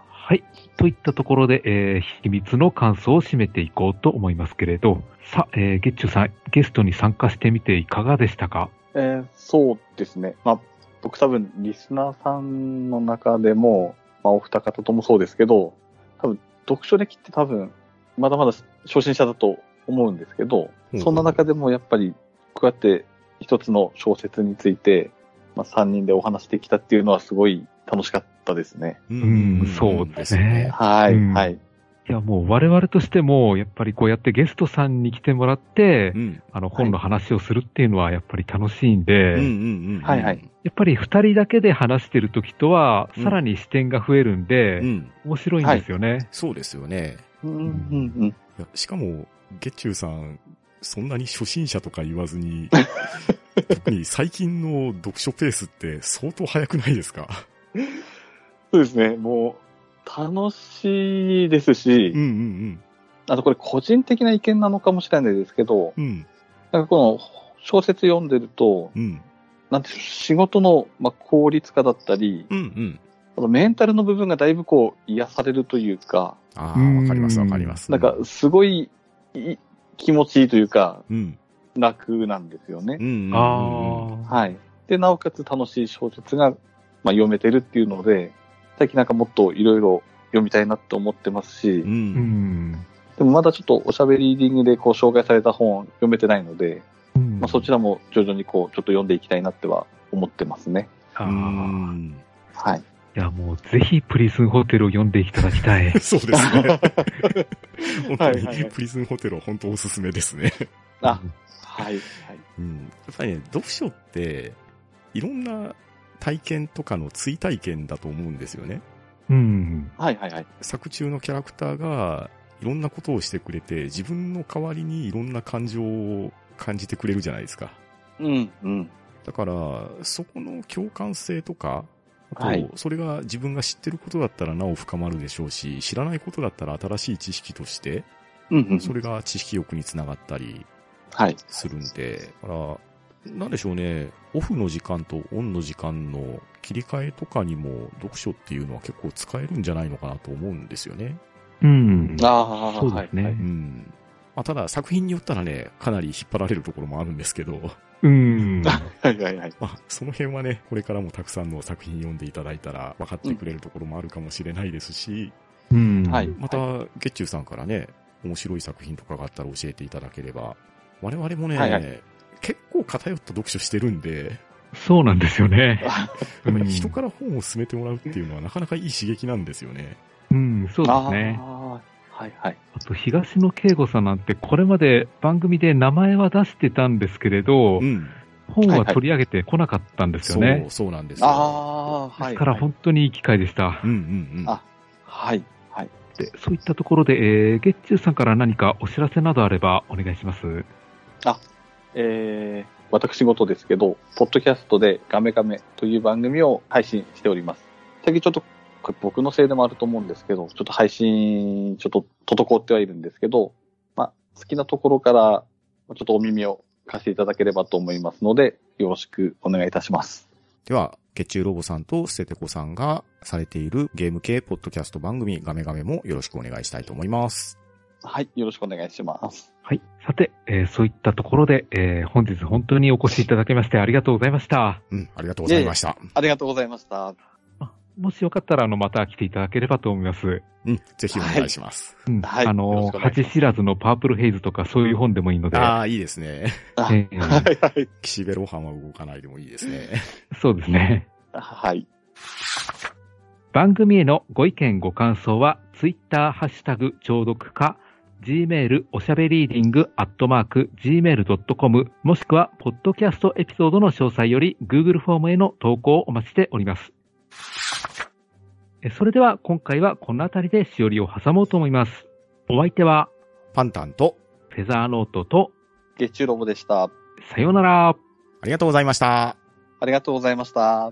[SPEAKER 3] はい。といったところで、えー秘密の感想を締めていこうと思いますけれど、さあ、えー、ゲッチュさん、ゲストに参加してみていかがでしたか
[SPEAKER 1] えーそうですね。まあ、僕多分、リスナーさんの中でも、まあ、お二方ともそうですけど、多分、読書歴って多分、まだまだ初心者だと思うんですけど、
[SPEAKER 2] うん
[SPEAKER 1] そんな中でもやっぱり、こうやって一つの小説について、まあ、三人でお話できたっていうのはすごい楽しかったですね。
[SPEAKER 3] うんそうですね
[SPEAKER 1] はい、
[SPEAKER 3] うん
[SPEAKER 1] はい。
[SPEAKER 3] いや、もう我々としても、やっぱりこうやってゲストさんに来てもらって
[SPEAKER 2] う、ん。
[SPEAKER 3] あの、本の話をするっていうのはやっぱり楽しいん
[SPEAKER 2] うん
[SPEAKER 3] で、
[SPEAKER 2] うんうん。
[SPEAKER 1] はいはい。
[SPEAKER 3] やっぱり二人だけで話してる時とは、
[SPEAKER 2] うん
[SPEAKER 3] さらに視点が増えるんで、
[SPEAKER 2] うん。
[SPEAKER 3] 面白いんですよね。
[SPEAKER 2] そうですよね。
[SPEAKER 1] うん、うん、うん。
[SPEAKER 2] いやしかも、月中さん、そんなに初心者とか言わずに、特に最近の読書ペースって相当早くないですか
[SPEAKER 1] そうですね。もう、楽しいですし、
[SPEAKER 2] うんうん
[SPEAKER 1] あとこれ個人的な意見なのかもしれないですけど、
[SPEAKER 2] うん。うん。
[SPEAKER 1] なんかこの小説読んでると、
[SPEAKER 2] うん。
[SPEAKER 1] なんていうの仕事のまあ効率化だったり、
[SPEAKER 2] うんうん。
[SPEAKER 1] あとメンタルの部分がだいぶこう癒されるというか、
[SPEAKER 2] あ
[SPEAKER 3] うん
[SPEAKER 2] あ、わかりますわかります。
[SPEAKER 1] なんかすごいいい気持ちいいというか、
[SPEAKER 2] うん、
[SPEAKER 1] 楽なんですよね
[SPEAKER 2] うん。。うん。
[SPEAKER 3] ああ、
[SPEAKER 1] はい。で、なおかつ楽しい小説が、まあ、読めてるっていうので、最近なんかもっといろいろ読みたいなって思ってますし
[SPEAKER 2] う、。
[SPEAKER 3] うんん。
[SPEAKER 1] でもまだちょっとおしゃべりリーディングでこう紹介された本読めてないので、まあ、そちらも徐々にこうちょっと読んでいきたいなっては思ってますね。
[SPEAKER 3] あ
[SPEAKER 2] う
[SPEAKER 3] ー
[SPEAKER 2] ん。。
[SPEAKER 1] はい。
[SPEAKER 3] いや、もうぜひプリズンホテルを読んでいただきたい
[SPEAKER 2] そうですね。本当
[SPEAKER 1] はいはい
[SPEAKER 2] に
[SPEAKER 1] はい、
[SPEAKER 2] プリズンホテルは本当おすすめですね。
[SPEAKER 1] あ、はい。はい。
[SPEAKER 2] うん。やっぱりね、読書って、いろんな体験とかの追体験だと思うんですよね。
[SPEAKER 3] うん。
[SPEAKER 1] はいはいはい。
[SPEAKER 2] 作中のキャラクターが、いろんなことをしてくれて、自分の代わりにいろんな感情を感じてくれるじゃないですか。
[SPEAKER 1] うん、うん。
[SPEAKER 2] だから、そこの共感性とか、あ
[SPEAKER 1] はい
[SPEAKER 2] と、それが自分が知ってることだったらなお深まるでしょうし、知らないことだったら新しい知識として、
[SPEAKER 1] うん、うん。
[SPEAKER 2] それが知識欲につながったり
[SPEAKER 1] はい。
[SPEAKER 2] するんで、だから、なんでしょうね、オフの時間とオンの時間の切り替えとかにも読書っていうのは結構使えるんじゃないのかなと思うんですよね。
[SPEAKER 3] うん。
[SPEAKER 1] ああ、
[SPEAKER 3] そうですね。
[SPEAKER 1] はいは
[SPEAKER 2] う
[SPEAKER 1] い
[SPEAKER 2] ん。まあ、ただ作品によったらね、かなり引っ張られるところもあるんですけど、
[SPEAKER 3] うん。
[SPEAKER 1] はいはいはい。
[SPEAKER 2] まあ、その辺はね、これからもたくさんの作品読んでいただいたら分かってくれるところもあるかもしれないですし、
[SPEAKER 3] うん。
[SPEAKER 1] はい
[SPEAKER 2] また、月中さんからね、面白い作品とかがあったら教えていただければ、我々もね、
[SPEAKER 1] はいは
[SPEAKER 2] 結構偏った読書してるんで、
[SPEAKER 3] そうなんですよ ね。うん
[SPEAKER 2] 人から本を勧めてもらうっていうのはなかなかいい刺激なんですよね。
[SPEAKER 3] うん、そうで
[SPEAKER 1] あ
[SPEAKER 3] すね。
[SPEAKER 1] あー、はいはい。
[SPEAKER 3] あと、東野圭吾さんなんて、これまで番組で名前は出してたんですけれど、
[SPEAKER 2] うん。
[SPEAKER 3] 本
[SPEAKER 1] はい
[SPEAKER 3] は
[SPEAKER 1] はい
[SPEAKER 3] 取り上げてこなかったんです
[SPEAKER 2] そ
[SPEAKER 3] よね。
[SPEAKER 2] う、そうなんですよ。
[SPEAKER 1] ああ、
[SPEAKER 3] で
[SPEAKER 1] はい。
[SPEAKER 3] すから本当にいい機会でした。
[SPEAKER 2] うんうんうん。
[SPEAKER 1] あはい。はい。
[SPEAKER 3] でそういったところで、えー、月中さんから何かお知らせなどあればお願いします。
[SPEAKER 1] えー、私事ですけど、ポッドキャストでガメガメという番組を配信しております。最近ちょっと、これ僕のせいでもあると思うんですけど、ちょっと配信、ちょっと滞ってはいるんですけど、まあ、好きなところから、ちょっとお耳を貸していただければと思いますので、よろしくお願いいたします。
[SPEAKER 2] では、月中ロボさんとステテコさんがされているゲーム系ポッドキャスト番組ガメガメもよろしくお願いしたいと思います。
[SPEAKER 1] はい。よろしくお願いします。
[SPEAKER 3] はい。さて、えーそういったところで、えー本日本当にお越しいただきましてありがとうございました。
[SPEAKER 2] うん、ありがとうございました。
[SPEAKER 1] ありがとうございました。
[SPEAKER 3] あもしよかったら、あの、また来ていただければと思います。
[SPEAKER 2] うん、ぜひお願いします。
[SPEAKER 3] うん。
[SPEAKER 1] はい
[SPEAKER 3] あ
[SPEAKER 1] よろし
[SPEAKER 3] の、
[SPEAKER 1] くお願いします
[SPEAKER 3] 恥知らずのパープルヘイズとかそういう本でもいいので、
[SPEAKER 2] ああ、いいですね。
[SPEAKER 3] えー
[SPEAKER 1] はいはい。
[SPEAKER 2] 岸辺露伴は動かないでもいいですね。
[SPEAKER 3] そうですね。
[SPEAKER 1] はい。
[SPEAKER 3] 番組へのご意見ご感想は、ツイッターハッシュタグ、聴読か、gmail おしゃべりーディングアットマーク gmail.com もしくは、ポッドキャストエピソードの詳細より Google フォームへの投稿をお待ちしております。えそれでは、今回はこの辺りでしおりを挟もうと思います。お相手は、
[SPEAKER 2] パンタンと、
[SPEAKER 3] フェザーノートと、
[SPEAKER 1] 月中ロボでした。
[SPEAKER 3] さようなら。
[SPEAKER 2] ありがとうございました。
[SPEAKER 1] ありがとうございました。